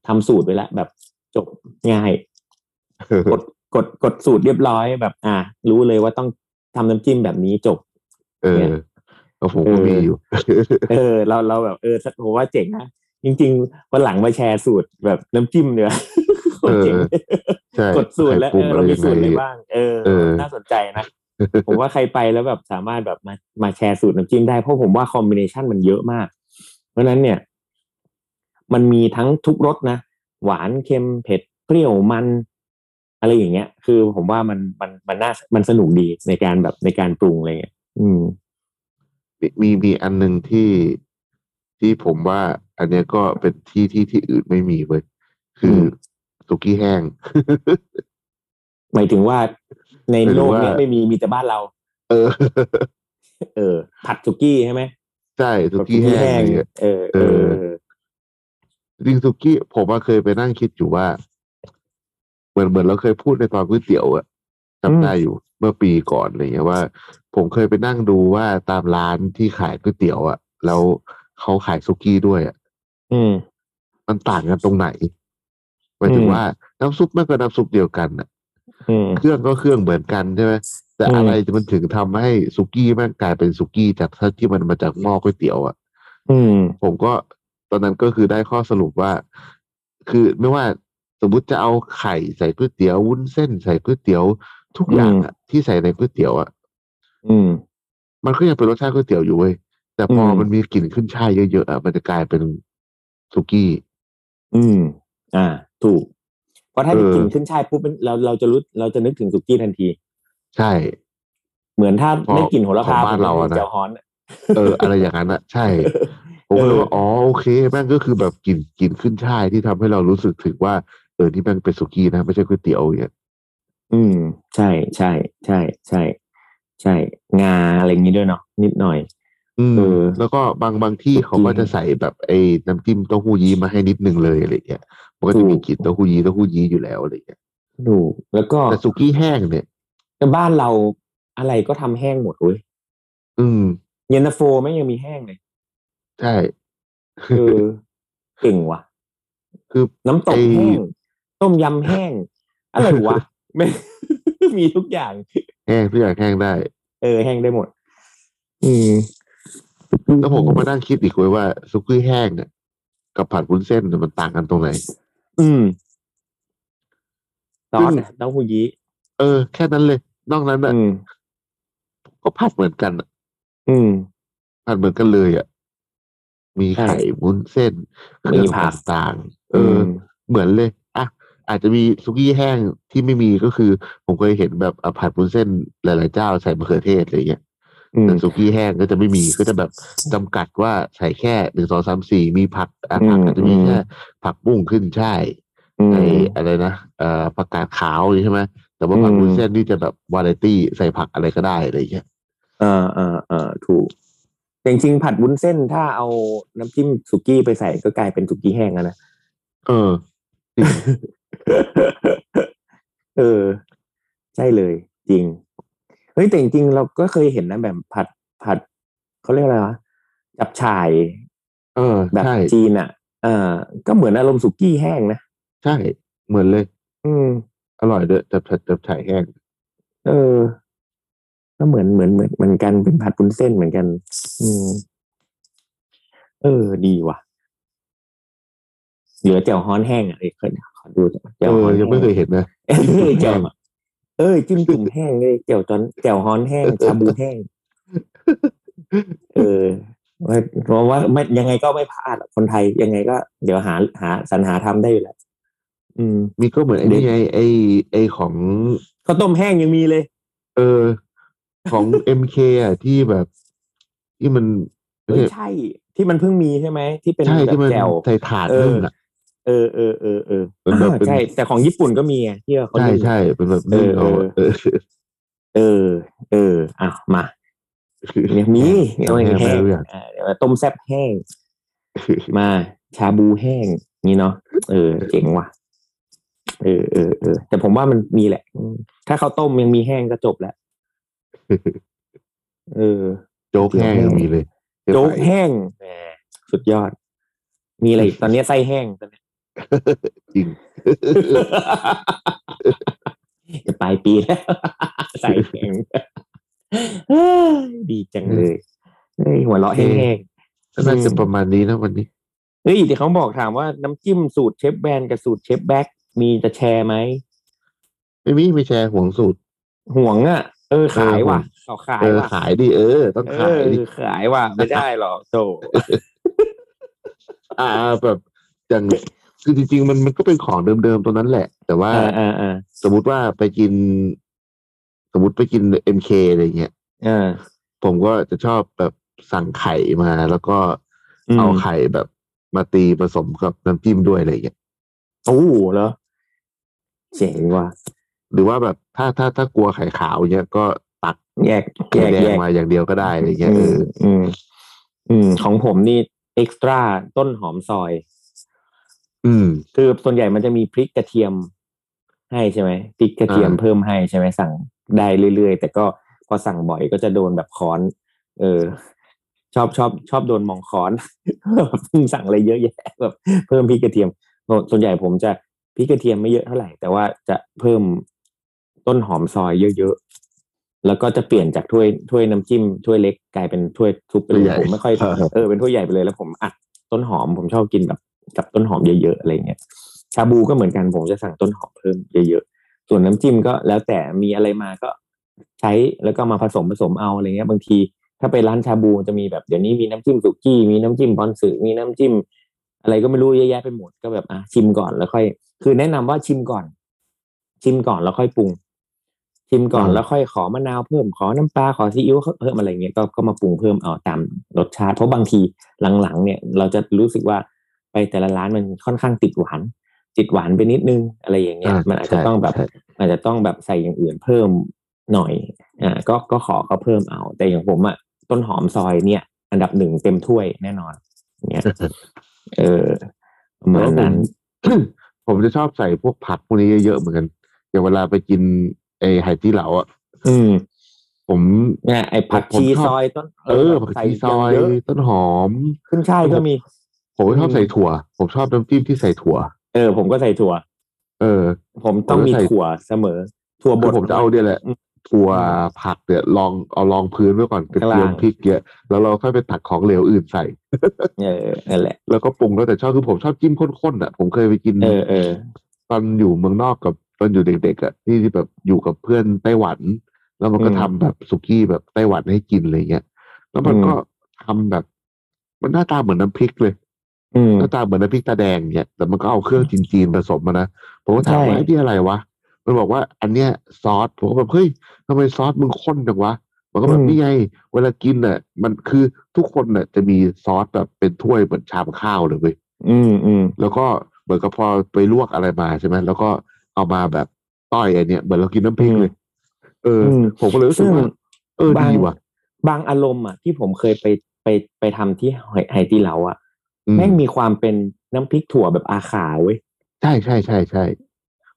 Speaker 3: ทำสูตรไว้แล้วแบบจบง่าย กดกดกดสูตรเรียบร้อยแบบ อ่ะรู้เลยว่าต้องทำน้ำจิ้มแบบนี้จบ
Speaker 4: เออก็ผมก็มีอยู่
Speaker 3: เออเราเราแบบเออผมว่าเจ๋งนะจริงๆวันหลังมาแชร์สูตรแบบน้ำจิ้มเนื้อ โคตรเจ๋ง
Speaker 4: เออ ใช่
Speaker 3: กดสูตรแล้ว
Speaker 4: ไข่
Speaker 3: เออเรามีสูตรอะไร
Speaker 4: ยังง
Speaker 3: บ้าง เออ
Speaker 4: เออ
Speaker 3: น่าสนใจนะ ผมว่าใครไปแล้วแบบสามารถแบบมามาแชร์สูตรน้ำจิ้มได้เพราะผมว่าคอมบิเนชันมันเยอะมาก เพราะฉะนั้นเนี่ย มันมีทั้งทุกรสนะ หวานเค็มเผ็ดเปรี้ยวมัน อะไรอย่างเงี้ย คือผมว่ามันมันมันน่ามันสนุกดีในการแบบในการปรุงอะไรเงี้ยอืม
Speaker 4: มีมีมีอันหนึ่งที่ที่ผมว่า อันเนี้ยก็เป็นที่ที่ที่อื่นไม่มีเว้ยคืออ
Speaker 3: ม
Speaker 4: สุกี้แห้ง
Speaker 3: หมายถึงว่าใน
Speaker 4: หมายถึง
Speaker 3: โลกเนี้ย
Speaker 4: ว่า
Speaker 3: ไม่มีมีแต่บ้านเรา
Speaker 4: เออ
Speaker 3: เออ ผัดสุกี้ใช่ไหม
Speaker 4: ใช่สุกี้แห้งอะไรเงี้ย
Speaker 3: เออเออ
Speaker 4: จริงสุกี้ผมว่าเคยไปนั่งคิดอยู่ว่า เหมือนเหมือนเราเคยพูดในตอนก๋วยเตี๋ยวอะ
Speaker 3: อืม
Speaker 4: จำได้อยู่เมื่อปีก่อนอะไรเงี้ยว่า ผมเคยไปนั่งดูว่าตามร้านที่ขายก๋วยเตี๋ยวอะแล้วเขาขายสุกี้ด้วยอะ
Speaker 3: อืม
Speaker 4: มันต่างกันตรงไหนหมายถึง
Speaker 3: อืม
Speaker 4: ว่าน้ำซุปมันก็น้ำซุปเดียวกันอะ
Speaker 3: อืม
Speaker 4: เครื่องก็เครื่องเหมือนกันใช่ไหมแต่
Speaker 3: อืม
Speaker 4: อะไรมันถึงทำให้สุกี้แมันกลายเป็นสุกี้จากที่มันมาจากหม้อก๋วยเตี๋ยวอะ่ะ
Speaker 3: อืม
Speaker 4: ผมก็ตอนนั้นก็คือได้ข้อสรุปว่า คือไม่ว่าสมมติจะเอาไข่ใส่ก๋วยเตี๋ยววุ้นเส้นใส่ก๋วยเตี๋ยว ทุกอย่างอะที่ใส่ในก๋วยเตี๋ยวอะ่ะ
Speaker 3: อืม
Speaker 4: มันก็ยังเป็นรสชาติก๋วยเตี๋ยวอยู่เว้ยแต่พออ
Speaker 3: ม
Speaker 4: มันมีกลิ่นขึ้นช่ายเยอะๆอะมันจะกลายเป็นสุกี้
Speaker 3: อืม อ่า ถูกเพราะถ้า
Speaker 4: เออ
Speaker 3: กลิ่นขึ้นช่ายปุ๊บมันเราเราจะรู้เราจะนึกถึงสุกี้ทันที
Speaker 4: ใช่
Speaker 3: เหมือนถ้า
Speaker 4: พอ
Speaker 3: ได้กลิ่นโหระพา
Speaker 4: ของบ้านเรา
Speaker 3: ผม
Speaker 4: อะ
Speaker 3: จะ
Speaker 4: นะ
Speaker 3: เจียวฮ้อนอะ
Speaker 4: เออ อะไรอย่างนั้นอะใช่ ผมก็เลยว่าอ๋อโอเคแม่งก็คือแบบกลิ่นกลิ่นขึ้นช่ายที่ทำให้เรารู้สึกถึงว่าเออนี่แม่งเป็นสุกี้นะไม่ใช่ก๋วยเตี๋ยวอย่างเงี้ย
Speaker 3: อืม ใช่ใช่ใช่ใช่ ใช่ งาอะไรอย่างนี้ด้วยเนาะนิดหน่อย
Speaker 4: อืม
Speaker 3: เออ
Speaker 4: แล้วก็บางบางที่เขาก็จะใส่แบบไอ้น้ำจิ้มเต้าหู้ยี้มาให้นิดนึงเลยอะไรเงี้ยมันก็จะมี
Speaker 3: ถูก
Speaker 4: กลิ่นเต้าหู้ยี้เต้าหู้ยี้อยู่แล้วอะไรเงี้ย
Speaker 3: ดูกแล้วก็
Speaker 4: แต่สุกี้แห้งเนี่ย
Speaker 3: แต่บ้านเราอะไรก็ทำแห้งหมดเว้ย
Speaker 4: อืม
Speaker 3: เย็นตาโฟไม่งยังมีแห้งเลย
Speaker 4: ใช่
Speaker 3: เออเก่งว่ะ
Speaker 4: คือ
Speaker 3: น้ำตกแห้ง
Speaker 4: ไอ้
Speaker 3: ต้มยำแห้ง อะไรวะไม่ มีทุกอย่าง
Speaker 4: แห้งทุกอย่างแห้งได้
Speaker 3: เออ แห้งได้หมด อืม
Speaker 4: แล้วผมก็มานั่งคิดอีกเว้ยว่าสุกี้แห้งเนี่ยกับผัดวุ้นเส้นเนี่ยมันต่างกันตรงไหน
Speaker 3: อืม ซอสเต้าหู้ยี้
Speaker 4: เออ แค่นั้นเลย นอกนั้นน่ะ
Speaker 3: อืม
Speaker 4: ก็ผัดเหมือนกันน่ะ
Speaker 3: อืม
Speaker 4: ผัดเหมือนกันเลยอ่ะมี
Speaker 3: ใช่
Speaker 4: ไข่วุ้นเส้นเค
Speaker 3: มี
Speaker 4: รื่อง
Speaker 3: ผัก
Speaker 4: ต่างๆเอออ เหมือนเลยอ่ะอาจจะมีซุกี้แห้งที่ไม่มีก็คือ ผมเคยเห็นแบบอ่ะผัดวุ้นเส้นหลาย ๆ เจ้าใส่มะเขือเทศอะไรเงี้ย
Speaker 3: อืม
Speaker 4: แต่ซุกี้แห้งก็จะไม่มีก็จะแบบจำกัดว่าใส่แค่หนึ่งสองสามสี่มีผักอ่ะผัก
Speaker 3: อืม
Speaker 4: อาจจะมี
Speaker 3: อืม
Speaker 4: แค่ผักบุ้งขึ้นใช่าย
Speaker 3: อืม
Speaker 4: ไออะไรนะเอ่อผักกาดขาวอย่างนี้ใช่ไหมแต่ว่าผัก
Speaker 3: อืม
Speaker 4: วุ้นเส้นนี่จะแบบวาไรตี้ใส่ผักอะไรก็ได้อะไรเงี้ย
Speaker 3: เอ่าอ่าอ่าถูกแต่จริงๆผัดวุ้นเส้นถ้าเอาน้ำจิ้มสุกี้ไปใส่ก็กลายเป็นสุกี้แห้งแล้วนะ
Speaker 4: เออ
Speaker 3: เออ ใช่เลย จริง เฮ้ยแต่จริงๆเราก็เคยเห็นนะแบบผัดผัดเขาเรียกอะไรวะจับฉ่าย
Speaker 4: เออ
Speaker 3: แบบ
Speaker 4: ใช่
Speaker 3: จีนอ่ะ เออก็เหมือนอารมณ์สุกี้แห้งนะ
Speaker 4: ใช่ เหมือนเลย
Speaker 3: อืม
Speaker 4: อร่อยด้วยจับจับจับฉ่ายแห้ง
Speaker 3: เออ ก็เหมือนเหมือนเหมือนเหมือนกันเป็นผัดบุนเส้นเหมือนกัน อืม เออ ดีว่ะ เหลือแจ่วฮ้อนแห้งอ่ะเอ้ยเคยขอดูแจ่ว
Speaker 4: เอ
Speaker 3: ฮ้
Speaker 4: อ
Speaker 3: อน
Speaker 4: ยังไม่เคยเห็นนะ
Speaker 3: เอ้ยแจ่วเอ้ยจิ้มจุ่มแห้งเลยแจ่วจอนแจ่วฮ้อนแห้ งชาบูแห้ง เออว่าเพราะว่าไม่ยังไงก็ไม่พลาดอะคนไทยยังไงก็ เดี๋ยวหาหาสรรหาทำได้อยู่แหละอืม
Speaker 4: มีก็เหมือนไอ้นี่ไงไอ้ไอ้ของ
Speaker 3: ข้าวต้มแห้งยังมีเลย
Speaker 4: เออ ของ MK อ่ะที่แบบที่มัน
Speaker 3: เอ้ยใช่ ที่มันเพิ่งมีใช่ไหมที่เป็น
Speaker 4: ใช่
Speaker 3: แบ
Speaker 4: ที่
Speaker 3: บ
Speaker 4: มัน
Speaker 3: แจ่ว
Speaker 4: ใส่ถาด
Speaker 3: เออ
Speaker 4: นึ่งอ่ะ
Speaker 3: เออเออเออเออ
Speaker 4: เป็นแบบเป็น
Speaker 3: ใช่ แต่ของญี่ปุ่นก็มีไงที่ว่าเขา
Speaker 4: ใช่
Speaker 3: เรียก
Speaker 4: ใช่เป็นแบบนึ่ง
Speaker 3: เอ
Speaker 4: เอา
Speaker 3: อ
Speaker 4: อะเออ
Speaker 3: เออ เอออ่ะมาเนี่ยมีเนี่ยมันแห้งอ่ะเดี๋ยวต้มแซ่บแห้ ง มาชาบูแห้งนี่เนาะเออ เจ๋งว่ะ เออเออเออแต่ผมว่ามันมีแหละอืมถ้าข้าวต้มยังมีแห้งก็จ บแล้ว เออ
Speaker 4: โจ๊กแห้งยังมีเลย
Speaker 3: โจ๊กแห้งแหมสุดยอด มีอะไรอีกตอนนี้ไส้แห้ง ตอนนี้
Speaker 4: จริง
Speaker 3: จะปลายปีแล้ว ใส่แข็ง เฮ้ยดีจังเลยเฮ้ยหัวเราะแห้ง
Speaker 4: ก็น่าจะประมาณนี้นะวันนี้
Speaker 3: ๆเฮ้ยที่เขาบอกถามว่าน้ำจิ้มสูตรเชฟแบนกับสูตรเชฟแบ็กมีจะแชร์ไหม
Speaker 4: ไม่มีไม่แชร์ห่วงสูตร
Speaker 3: ห่วงอ่ะ เออขายว่ะ
Speaker 4: เออ
Speaker 3: เอาขาย
Speaker 4: เออ
Speaker 3: ว่ะ
Speaker 4: ขายดิเออ ต้อง
Speaker 3: เอ
Speaker 4: ขาย
Speaker 3: อ
Speaker 4: ดิ
Speaker 3: ขายว่ะไม่ได้หรอกโต
Speaker 4: อ่าแบบอย่างคือจริงๆมันมันก็เป็นของเดิมๆตัวนั้นแหละ แต่ว่า
Speaker 3: อ่าอ่าอ่า
Speaker 4: สมมติว่าไปกิน สมมติไปกิน MK อะไรเงี้ย
Speaker 3: อ่า
Speaker 4: ผมก็จะชอบแบบสั่งไข่มาแล้วก็
Speaker 3: อืม
Speaker 4: เอาไข่แบบมาตีผสมกับน้ำจิ้มด้วยอะไรเงี้ย
Speaker 3: โอ้โหเหรอเจ๋งว่ะ
Speaker 4: หรือว่าแบบถ้าถ้าถ้ากลัวไข่ขาวเงี้ยก็ตัก
Speaker 3: แยก
Speaker 4: ไข่
Speaker 3: แยก
Speaker 4: แด
Speaker 3: แย
Speaker 4: ง
Speaker 3: ก
Speaker 4: มาอย่างเดียวก็ได้อะไรเงี้ย
Speaker 3: อื
Speaker 4: เอ
Speaker 3: ม
Speaker 4: อ
Speaker 3: อืม อืม ของผมนี่เอ็กซ์ตร้าต้นหอมซอย
Speaker 4: อืม
Speaker 3: คือส่วนใหญ่มันจะมีพริกกระเทียมให้ใช่ไหมพริกกระเทียม
Speaker 4: อ่า
Speaker 3: เพิ่มให้ใช่ไหมสั่งได้เรื่อยๆ แต่ก็พอสั่งบ่อยก็จะโดนแบบค้อน เออ ชอบชอบชอบโดนมองค้อน สั่งอะไรเยอะแยะแบบ เพิ่มพริกกระเทียม ส่วนใหญ่ผมจะพริกกระเทียมไม่เยอะเท่าไหร่แต่ว่าจะเพิ่มต้นหอมซอยเยอะๆแล้วก็จะเปลี่ยนจากถ้วยถ้วยน้ำจิ้มถ้วยเล็กกลายเป็นถ้วยซุปไปเลยผมไม่ค่อย เออเป็นถ้วยใหญ่ไปเลยแล้วผมอัดต้นหอมผมชอบกินแบบกับต้นหอมเยอะๆอะไรเงี้ยชาบูก็เหมือนกันผมจะสั่งต้นหอมเพิ่มเยอะๆส่วนน้ำจิ้มก็แล้วแต่มีอะไรมาก็ใช้แล้วก็มาผสมผสมเอาอะไรเงี้ย บางที ถ้าไปร้านชาบูจะมีแบบเดี๋ยวนี้มีน้ำจิ้มสุกี้มีน้ำจิ้มบอนสึมีน้ำจิ้ม อะไรก็ไม่รู้เยอะแยะไปหมดก็แบบอ่ะชิมก่อนแล้วค่อย คือแนะนำว่าชิมก่อน ชิมก่อนแล้วค่อยปรุง ชิมก่อน
Speaker 4: อืม
Speaker 3: แล้วค่อยขอมะนาวเพิ่มขอน้ำปลาขอซีอิ๊วเพิ่มอะไรเงี้ยก็ก็มาปรุงเพิ่มเอาตามรสชาติ เพราะบางทีหลังๆ เนี่ย เราจะรู้สึกว่าไปแต่ละร้านมันค่อนข้างติดหวานติดหวานไปนิดนึงอะไรอย่างเงี้ยมันอาจจะต้องแบบ
Speaker 4: ใช่
Speaker 3: อาจจะต้องแบบใส่อย่างอื่นเพิ่มหน่อย อ่า ก็ก็ขอเขาเพิ่มเอา แต่อย่างผมอะต้นหอมซอยเนี่ย อันดับหนึ่งเต็มถ้วยแน่นอน เนี่ย เออประมาณนั้น
Speaker 4: ผม ผมจะชอบใส่พวกผักพวกนี้เยอะๆเหมือนกันอย่างเวลาไปกินไอ้ไหจี้เหลาอ่ะ
Speaker 3: อืม
Speaker 4: ผม
Speaker 3: เนี่ยไอ้ผัก
Speaker 4: ผม
Speaker 3: ชี
Speaker 4: ชอบ
Speaker 3: ซอยต้น
Speaker 4: เออผักชีซอย
Speaker 3: เะ
Speaker 4: ต้นหอม
Speaker 3: ขึ้นช่ายก็มี
Speaker 4: ผมชอบใส่ถั่ว ผมชอบน้ำจิ้มที่ใส่ถั่ว
Speaker 3: เออ ผมก็ใส่ถั่ว
Speaker 4: เออ
Speaker 3: ผมต้องมี
Speaker 4: ผมก็ใส่
Speaker 3: ถั่วเสมอ ถั่วบ
Speaker 4: คือ
Speaker 3: ด
Speaker 4: ผมจะเอาเนี่ยแหละ
Speaker 3: อืม
Speaker 4: ถั่วผักเนี่ยลองเอาลองพื้นไว้ก่อนกระ
Speaker 3: กลาง
Speaker 4: เทียมพริกเยอะแล้วเราค่อยไปตักของเหลวอื่นใส่
Speaker 3: เออนั่นแหละ
Speaker 4: แล้วก็ปรุงแล้วแต่ชอบคือผมชอบจิ้มข้นๆอ่ะ ผมเคยไปกิน
Speaker 3: เออเออ
Speaker 4: ตอนอยู่เมืองนอกกับ ตอนอยู่เด็กๆอ่ะที่ที่แบบอยู่กับเพื่อนไต้หวัน แล้วมันก็
Speaker 3: อืม
Speaker 4: ทำแบบสุกี้แบบไต้หวันให้กินอะไรเงี้ยแล้วมัน
Speaker 3: อืม
Speaker 4: ก็ทำแบบ มันหน้าตาเหมือนน้ำพริกเลย
Speaker 3: อืม
Speaker 4: หน้าตาเหมือนน้ำพริกตาแดงเนี่ยแต่มันก็เอาเครื่องจีนๆผสมมานะผมก็ถาม
Speaker 3: ใช่
Speaker 4: ว่าไอ้ที่อะไรวะ มันบอกว่าอันเนี้ยซอสผมก็แบบเฮ้ยทำไมซอสมึงข้นจังวะมันก็แบบนี่ไงเวลากินน่ะ มันคือทุกคนน่ะจะมีซอสแบบเป็นถ้วยเหมือนชามข้าวเลยเว้ย
Speaker 3: อืมอืม
Speaker 4: แล้วก็เหมือนกับพอไปลวกอะไรมาใช่ไหมแล้วก็เอามาแบบต้อยไอเนี่ยเหมือนเรากินน้ำพริกเลย เอออ
Speaker 3: ม
Speaker 4: ผมก็เลยรู้สึกว่าเออดีว่ะ
Speaker 3: บางอารมณ์อ่ะที่ผมเคยไปไปไปทำที่ไหไหตีเหลาอ่ะ
Speaker 4: อืม
Speaker 3: แม่งมีความเป็นน้ำพริกถั่วแบบอาขาเว้ย
Speaker 4: ใช่ใช่ใช่ใช่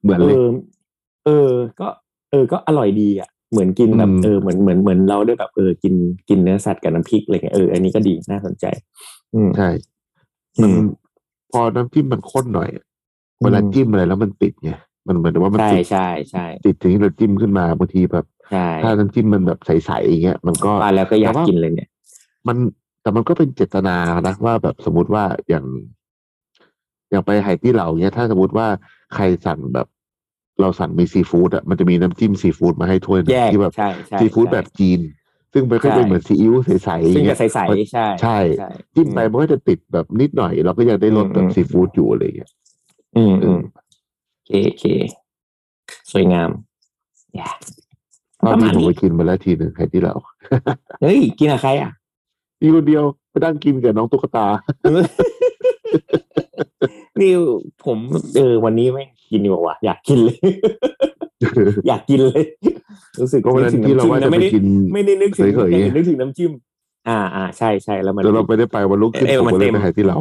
Speaker 4: เหมือน
Speaker 3: เอ
Speaker 4: เลย
Speaker 3: อเออ ก็ เออ ก็อร่อยดีอ่ะเหมือนกินแบบ
Speaker 4: อืม
Speaker 3: เออเหมือนเหมือนเหมือนเราได้แบบเออกินกินเนื้อสัตว์กับน้ำพริกอะไรเงี้ยเอออันนี้ก็ดีน่าสนใจ อืม
Speaker 4: ใช่
Speaker 3: อื
Speaker 4: มัน
Speaker 3: ม
Speaker 4: พอน้ำจิ้มมันข้นหน่อยอะ
Speaker 3: อืม
Speaker 4: เวลาจิ้มอะไรแล้วมันติดไง มันเหมือนว่ามัน
Speaker 3: ใช่
Speaker 4: ติด
Speaker 3: ใช่ใช่
Speaker 4: ติดถึงที่เราจิ้มขึ้นมาบางทีแบบ
Speaker 3: ใช่
Speaker 4: ถ้าน้ำจิ้มมันแบบใสๆอย่างเงี้ยมันก็
Speaker 3: ว่าแล้วก็อยาก
Speaker 4: แต่ว่ากิ
Speaker 3: กินเลยเนี่ย
Speaker 4: มันแต่มันก็เป็นเจตนานะว่าแบบสมมติว่าอย่าง อย่างไปไห่ที่เหล่าเงี้ย ถ้าสมมติว่าใครสั่งแบบ เราสั่งมีซีฟู้ดอ่ะมันจะมีน้ำจิ้มซีฟู้ดมาให้ถ้วยหนึ
Speaker 3: แย
Speaker 4: ง
Speaker 3: ก
Speaker 4: ที่แบบ
Speaker 3: ใช่ใช่
Speaker 4: ซีฟู้ด
Speaker 3: ใช่
Speaker 4: แบบจีน ซึ่งมันก็
Speaker 3: ใช่
Speaker 4: เป็นเหมือนซีอิ๊วใสๆอ
Speaker 3: ซึ่ง
Speaker 4: ย่าง
Speaker 3: จะ
Speaker 4: เงี้ย
Speaker 3: ใสๆใช่
Speaker 4: ใช่ จิ้มไปมันก็จะติดแบบนิดหน่อยเราก็ยังได้รสแบบซีฟู้ดอยู่อะไรอย่างเงี้ย
Speaker 3: อืม
Speaker 4: เอ
Speaker 3: อื
Speaker 4: อ
Speaker 3: มโอเคโอเคสวยงาม yeah
Speaker 4: รอบ
Speaker 3: ประมา
Speaker 4: นี้ผ
Speaker 3: ณ
Speaker 4: ม
Speaker 3: นี้
Speaker 4: ไปกินมาแล้วทีหนึ่งไข่ที่เรา
Speaker 3: เฮ้ยกินกับใครอ่ะ
Speaker 4: มีคนเดียวไปนั่งกินกับน้องตุ๊กตา
Speaker 3: นี่ผมเออวันนี้ไม่งกินดีกว่าว่ะอยากกินเลย อยากกินเลย รู้สึก
Speaker 4: ก็วันนั้นที่เราว่าจะ
Speaker 3: ำ
Speaker 4: ไป
Speaker 3: จิ้ม
Speaker 4: กิน
Speaker 3: นะไม่ได้ไม่ได้นึกถึง
Speaker 4: เคยๆ
Speaker 3: แต่นึกถึงน้ำจิ้ม อ่าอ่าใช่ใช่แล้วมัน
Speaker 4: แต่เราไม่ได้ไปวันลุกขึ้น
Speaker 3: เออ
Speaker 4: ผม
Speaker 3: มัน
Speaker 4: ก็เล
Speaker 3: เต็
Speaker 4: ย
Speaker 3: ม
Speaker 4: ไปไข่ที่เรา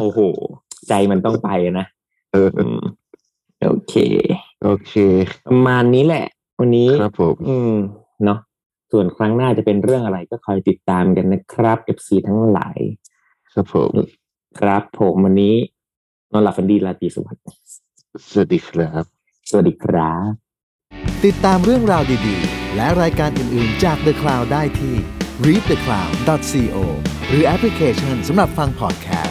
Speaker 3: โอ้โห ใจมันต้องไปนะ
Speaker 4: เออ
Speaker 3: อืมโอเค
Speaker 4: โอเค
Speaker 3: ประมาณนี้แหละ วันนี้
Speaker 4: ครับผม
Speaker 3: อืมเนาะส่วนครั้งหน้าจะเป็นเรื่องอะไรก็คอยติดตามกันนะครับ FC ทั้งหลาย
Speaker 4: ครับผม
Speaker 3: ครับผมวันนี้นอนหลับฝันดีราตรีสวัสดิ์
Speaker 4: สวัสดีครับ
Speaker 3: สวัสดีครับ
Speaker 1: ติดตามเรื่องราวดีๆ และรายการอื่นๆจาก The Cloud ได้ที่ readthecloud.co หรือแอปพลิเคชันสำหรับฟัง podcast